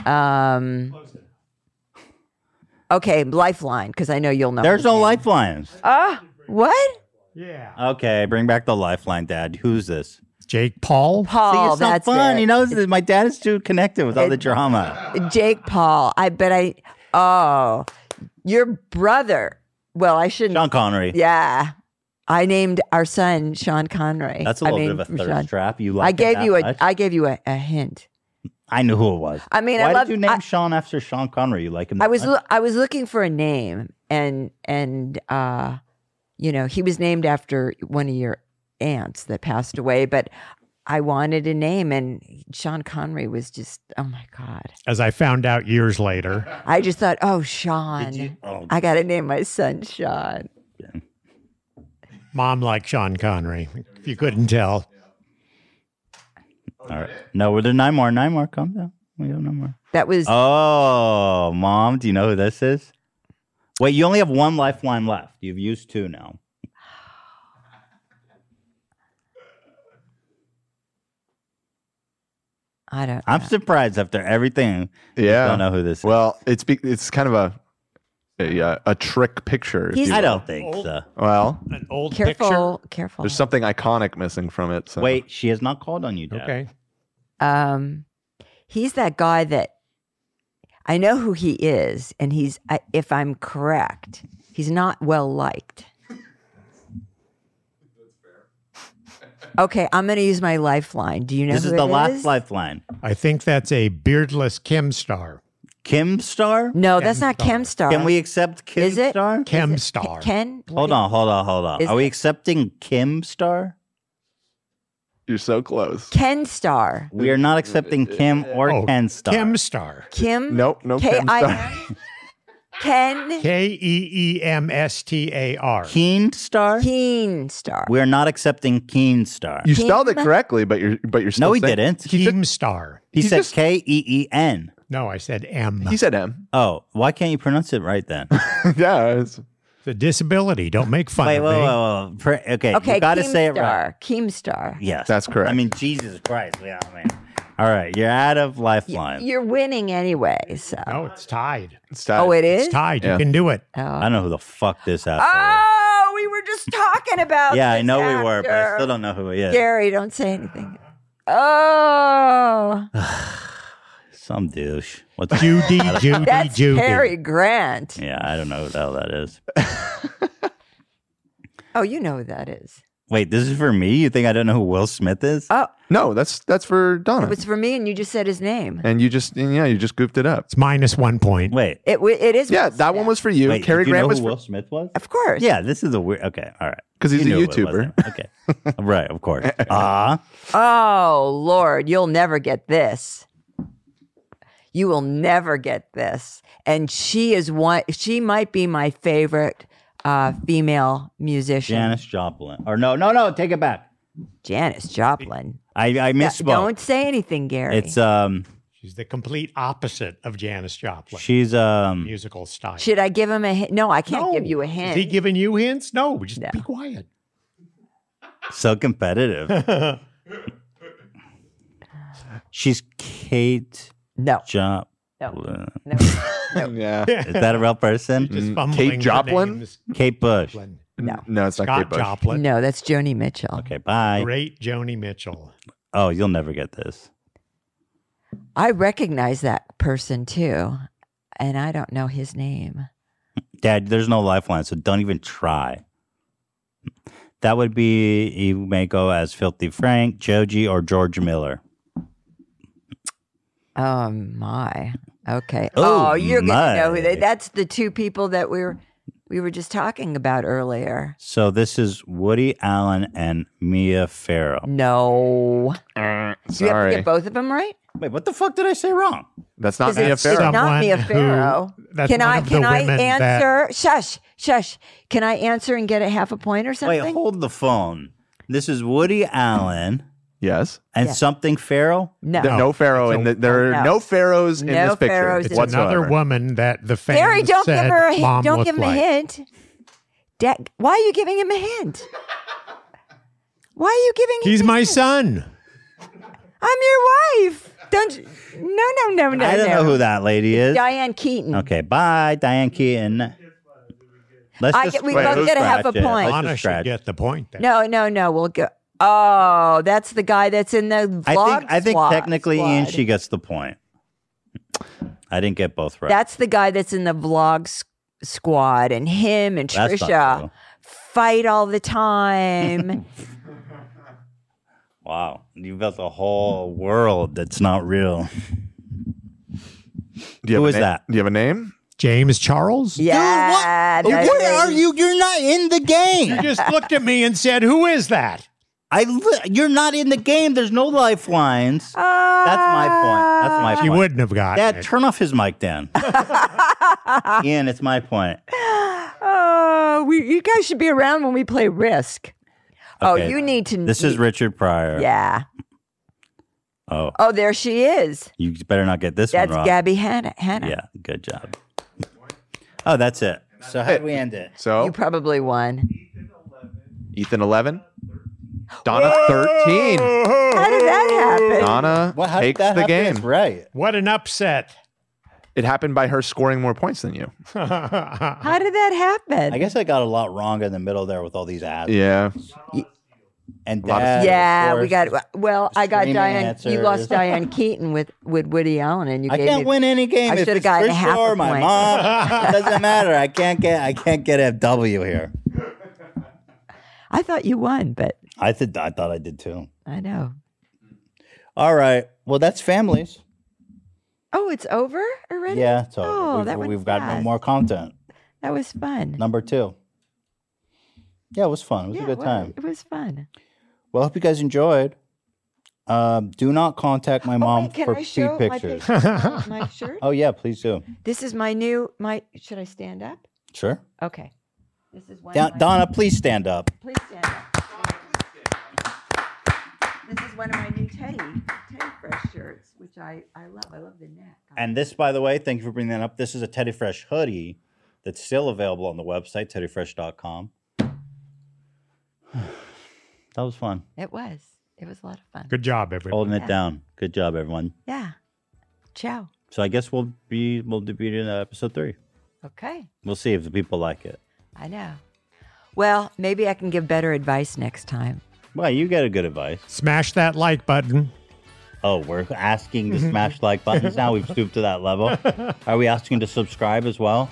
Um. Okay, Lifeline, because I know you'll know. There's his no name. lifelines. Ah, what? Yeah. Okay, bring back the lifeline, Dad. Who's this? Jake Paul. Paul. See, it's Oh, that's not fun. it. He knows that my dad is too connected with all the It- drama. Jake Paul. I bet I. Oh, your brother. Well, I shouldn't. Sean Connery. Yeah, I named our son Sean Connery. That's a I little mean, bit of from a thirst Sean. trap. You I like? it gave that you a. I much? gave you a, a hint. I knew who it was. I mean, Why I love. did you name I, Sean after Sean Connery? You like him? I that was much? loo- I was looking for a name, and and uh, you know, he was named after one of your aunts that passed away. But I wanted a name, and Sean Connery was just, oh my God. As I found out years later, I just thought, oh, Sean. oh, I got to name my son Sean. mom liked Sean Connery. If you couldn't tell, all right. No, well, there's nine more. Nine more. Calm down. We have no more. That was, Oh, mom, do you know who this is? Wait, you only have one lifeline left. You've used two now. I don't I'm know. surprised after everything. I Yeah. don't know who this Well, it's be- it's kind of a a, uh, a trick picture. if He's- is. you I will. don't think so. Well, an old careful, careful. there's something iconic missing from it. So. Oh. Wait, she has not called on you, Dad. picture. Okay. um, he's that guy that I know who he is, and he's, I, if I'm correct, he's not well liked. Okay, I'm going to use my lifeline. Do you know This who is the it last lifeline. I think that's a beardless Kim star. Kim Star? No, that's not Chemstar. Can we accept Kim Is it? Star? Kim Is it Ke- star. Ken? Hold on, hold on, hold on. Is Are we it- accepting Kim Star? You're so close. Ken Star. We are not accepting Kim or Oh, Ken Star. Kim star. Kim? Nope, no K Kim I M. Ken K E E M S T A R. Keen Star? Keen Star. We are not accepting Keen Star. You Kim- spelled it correctly, but you're but you're still no, he saying- didn't. He, Kim star. said just- K E E N. No, I said M. He said M. Oh, why can't you pronounce it right then? wait, yeah. It's, the disability. Don't make fun wait, wait, of me. wait. wait. Pre- okay, Okay, you got to Keemstar. say it right. Keemstar. Yes, That's correct. I mean, Jesus Christ, yeah, man. All right, you're out of lifeline. You're winning anyway, so. No, it's tied. it's time. Oh, it It's is? tied. Yeah. You can do it. I don't know who the fuck this asshole. is. Oh, we were just talking about yeah, I this know we were, but I actor. still don't know who he is. Gary, don't say anything. Oh, Some douche. What's Judy, Judy, that's Judy. Cary Grant. Yeah, I don't know who the hell that is. Oh, you know who that is. Wait, this is for me. You think I don't know who Will Smith is? Oh, No, that's that's for Donna. it was for me, and you just said his name. and you just and yeah, you just goofed it up. It's minus one point. Wait, It wa- it is. Yeah, that one was for you. wait. Cary did you Grant know was who for Will Smith was? Of course. Yeah, this is a weird. Okay, all right. because he's You knew a it wasn't. YouTuber. Okay, right, of course. Ah, Oh Lord, you'll never get this. You will never get this. And she is one. She might be my favorite uh, female musician, Janis Joplin. Or no, no, no. Take it back. Janice Joplin. I I Yeah, misspoke. Don't say anything, Gary. uh, It's um. She's the complete opposite of Janis Joplin. She's um. musical style. Should I give him a hint? No, I can't No. give you a Is hint. he giving you hints? No, just No. be quiet. So competitive. She's Kate no, Joplin. no. Yeah. Is that a real person? Just Mm, fumbling the Kate Joplin? names. Kate Bush. No. No, it's not Kate Scott Bush. Joplin. no, that's Joni Mitchell. Okay, bye. Great Joni Mitchell. Oh, you'll never get this. I recognize that person too, and I don't know his name. Dad, there's no lifeline, so don't even try. That would be you may go as Filthy Frank, Joji, or George Miller. Oh my. Okay. Oh, Oh, you're my. gonna know who they that's the two people that we were we were just talking about earlier. So this is Woody Allen and Mia Farrow. No. Do you Uh, have Sorry, to get both of them right? Wait, what the fuck did I say wrong? that's not Is it- Mia it's Farrow. not Mia Someone who- Farrow. that's Can one I of the can I women that- answer? Shush, shush. Can I answer and get a half a point or something? Wait, hold the phone. This is Woody Allen Yes. and Yeah. something Farrow. no. There- no pharaoh, and the, there are No. no, pharaohs in No this picture pharaohs in It's this whatsoever. another woman that the fans Gary, don't give said her a hint. mom Don't looked give him like. a hint. Dad, why are you giving him a hint? Why are you giving him He's a my hint? son. I'm your wife. Don't you- no no no no I don't no. know who that lady is. Diane Keaton. Okay, bye, Diane Keaton. Let's I just get- we scratch- both gotta scratch have a it. point. Let's Lana just should scratch. get the point. There. No, no, no. We'll go. Oh, that's the guy that's in the vlog. I think I think squad- technically Ian squad. she gets the point. I didn't get both right. That's the guy that's in the vlog s- squad, and him and That's not Trisha true. fight all the time. Wow, you built a whole world that's not real. Do you have Who a is name? that? Do you have a name? James Charles? yeah. that's it. You're not in the game. You just looked at me and said, Who is that? I li- you're not in the game. There's no lifelines. Ah, That's my point. That's my She point. wouldn't have gotten Dad, it. turn off his mic then. Ian, it's my point. Oh, we, you guys should be around when we play Risk. Oh, Okay. you need to. This is Richard Pryor. Yeah. Oh, Oh, there she is. you better not get this That's one wrong. Gabby Hanna. Hanna. Yeah, good job. Oh, that's it. So how do we end it? So You probably won. Ethan eleven, Donna thirteen. How did that happen? Donna Well, how did takes that the happen? game. That's right. What an upset. It happened by her scoring more points than you. How How did that happen? I guess I got a lot wrong in the middle there with all these ads. Yeah, And lot of dad, of yeah, we course. got. Well, I got Screaming Diane. You answers. lost Diane Keaton with with Woody Allen, and you I gave can't me- win any game. I if should've it's gotten Chris half a Shaw or my point. mom. it doesn't matter. I can't get. I can't get a W here. I thought you won, but I th- I thought I did too. I know. All right. Well, that's families. Oh, it's over already. Yeah. So Oh, we've, that went we've got no fast. more content. that was fun. Number two. Yeah, it was fun. It was yeah, a good well, time. It was fun. Well, I hope you guys enjoyed. Um, do not contact my Oh, mom wait, can for I show feed my pictures. picture of my shirt? oh yeah, please do. This is my new my. Should I stand up? Sure. Okay. This is one. Don- of my, Donna, please stand up. Please stand up. This is one of my new Teddy Teddy Fresh shirts, which I I love. I love the neck. And this, by the way, thank you for bringing that up. This is a Teddy Fresh hoodie that's still available on the website, teddyfresh.com. That was fun. it was. It was a lot of fun. Good job, everybody. Holding it down. Good job, everyone. Yeah. Ciao. So I guess we'll be we'll be in uh, episode three. Okay. We'll see if the people like it. I know. Well, maybe I can give better advice next time. Well, you get a good advice. Smash that like button. Oh, we're asking Mm-hmm. to smash like buttons now. We've stooped to that level. Are we asking to subscribe as well?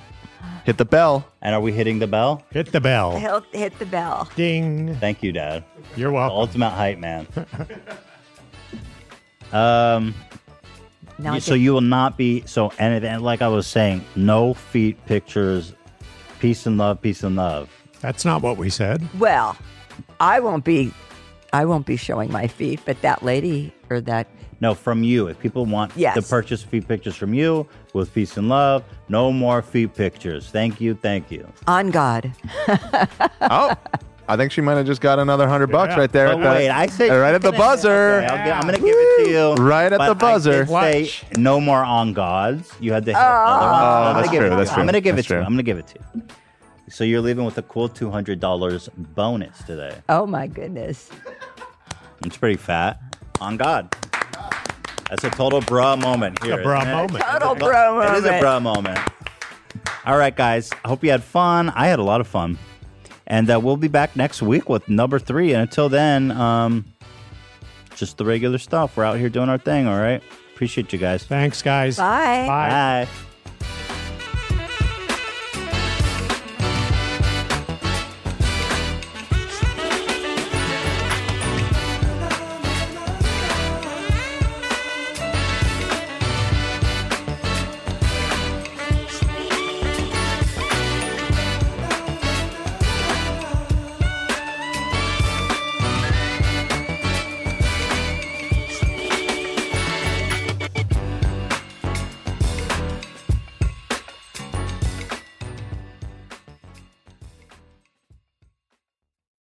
hit the bell. And are we hitting the bell? Hit the bell. He'll hit the bell. Ding. Thank you, Dad. You're The welcome. ultimate hype man. Um. Now Yeah, I so get- you will not be so and, and like i was saying no feet pictures peace and love peace and love That's not what we said. well, I won't be, I won't be showing my feet, but that lady or that no from you if people want Yes. to purchase feet pictures from you with peace and love no more feet pictures thank you thank you on God. Oh, I think she might have just got another hundred bucks Yeah. right there. oh at the- wait i said right at the buzzer. Okay, I'll gi- i'm gonna give it to you Right at but the buzzer. I did say Watch. Ah. no more on gods you had to hit other ones. Oh, I'm gonna that's give it true, to you. that's true, i'm gonna give that's it to you true. i'm gonna give it to you so you're leaving with a cool $200 bonus today Oh my goodness. It's pretty fat. On God. That's a total bra moment here. A bra isn't it? moment. Total Oh, bro It is a moment. bra moment. All right, guys. I hope you had fun. I had a lot of fun. And uh, we'll be back next week with number three. And until then, um, just the regular stuff. We're out here doing our thing. All right. Appreciate you guys. Thanks, guys. Bye. Bye. Bye.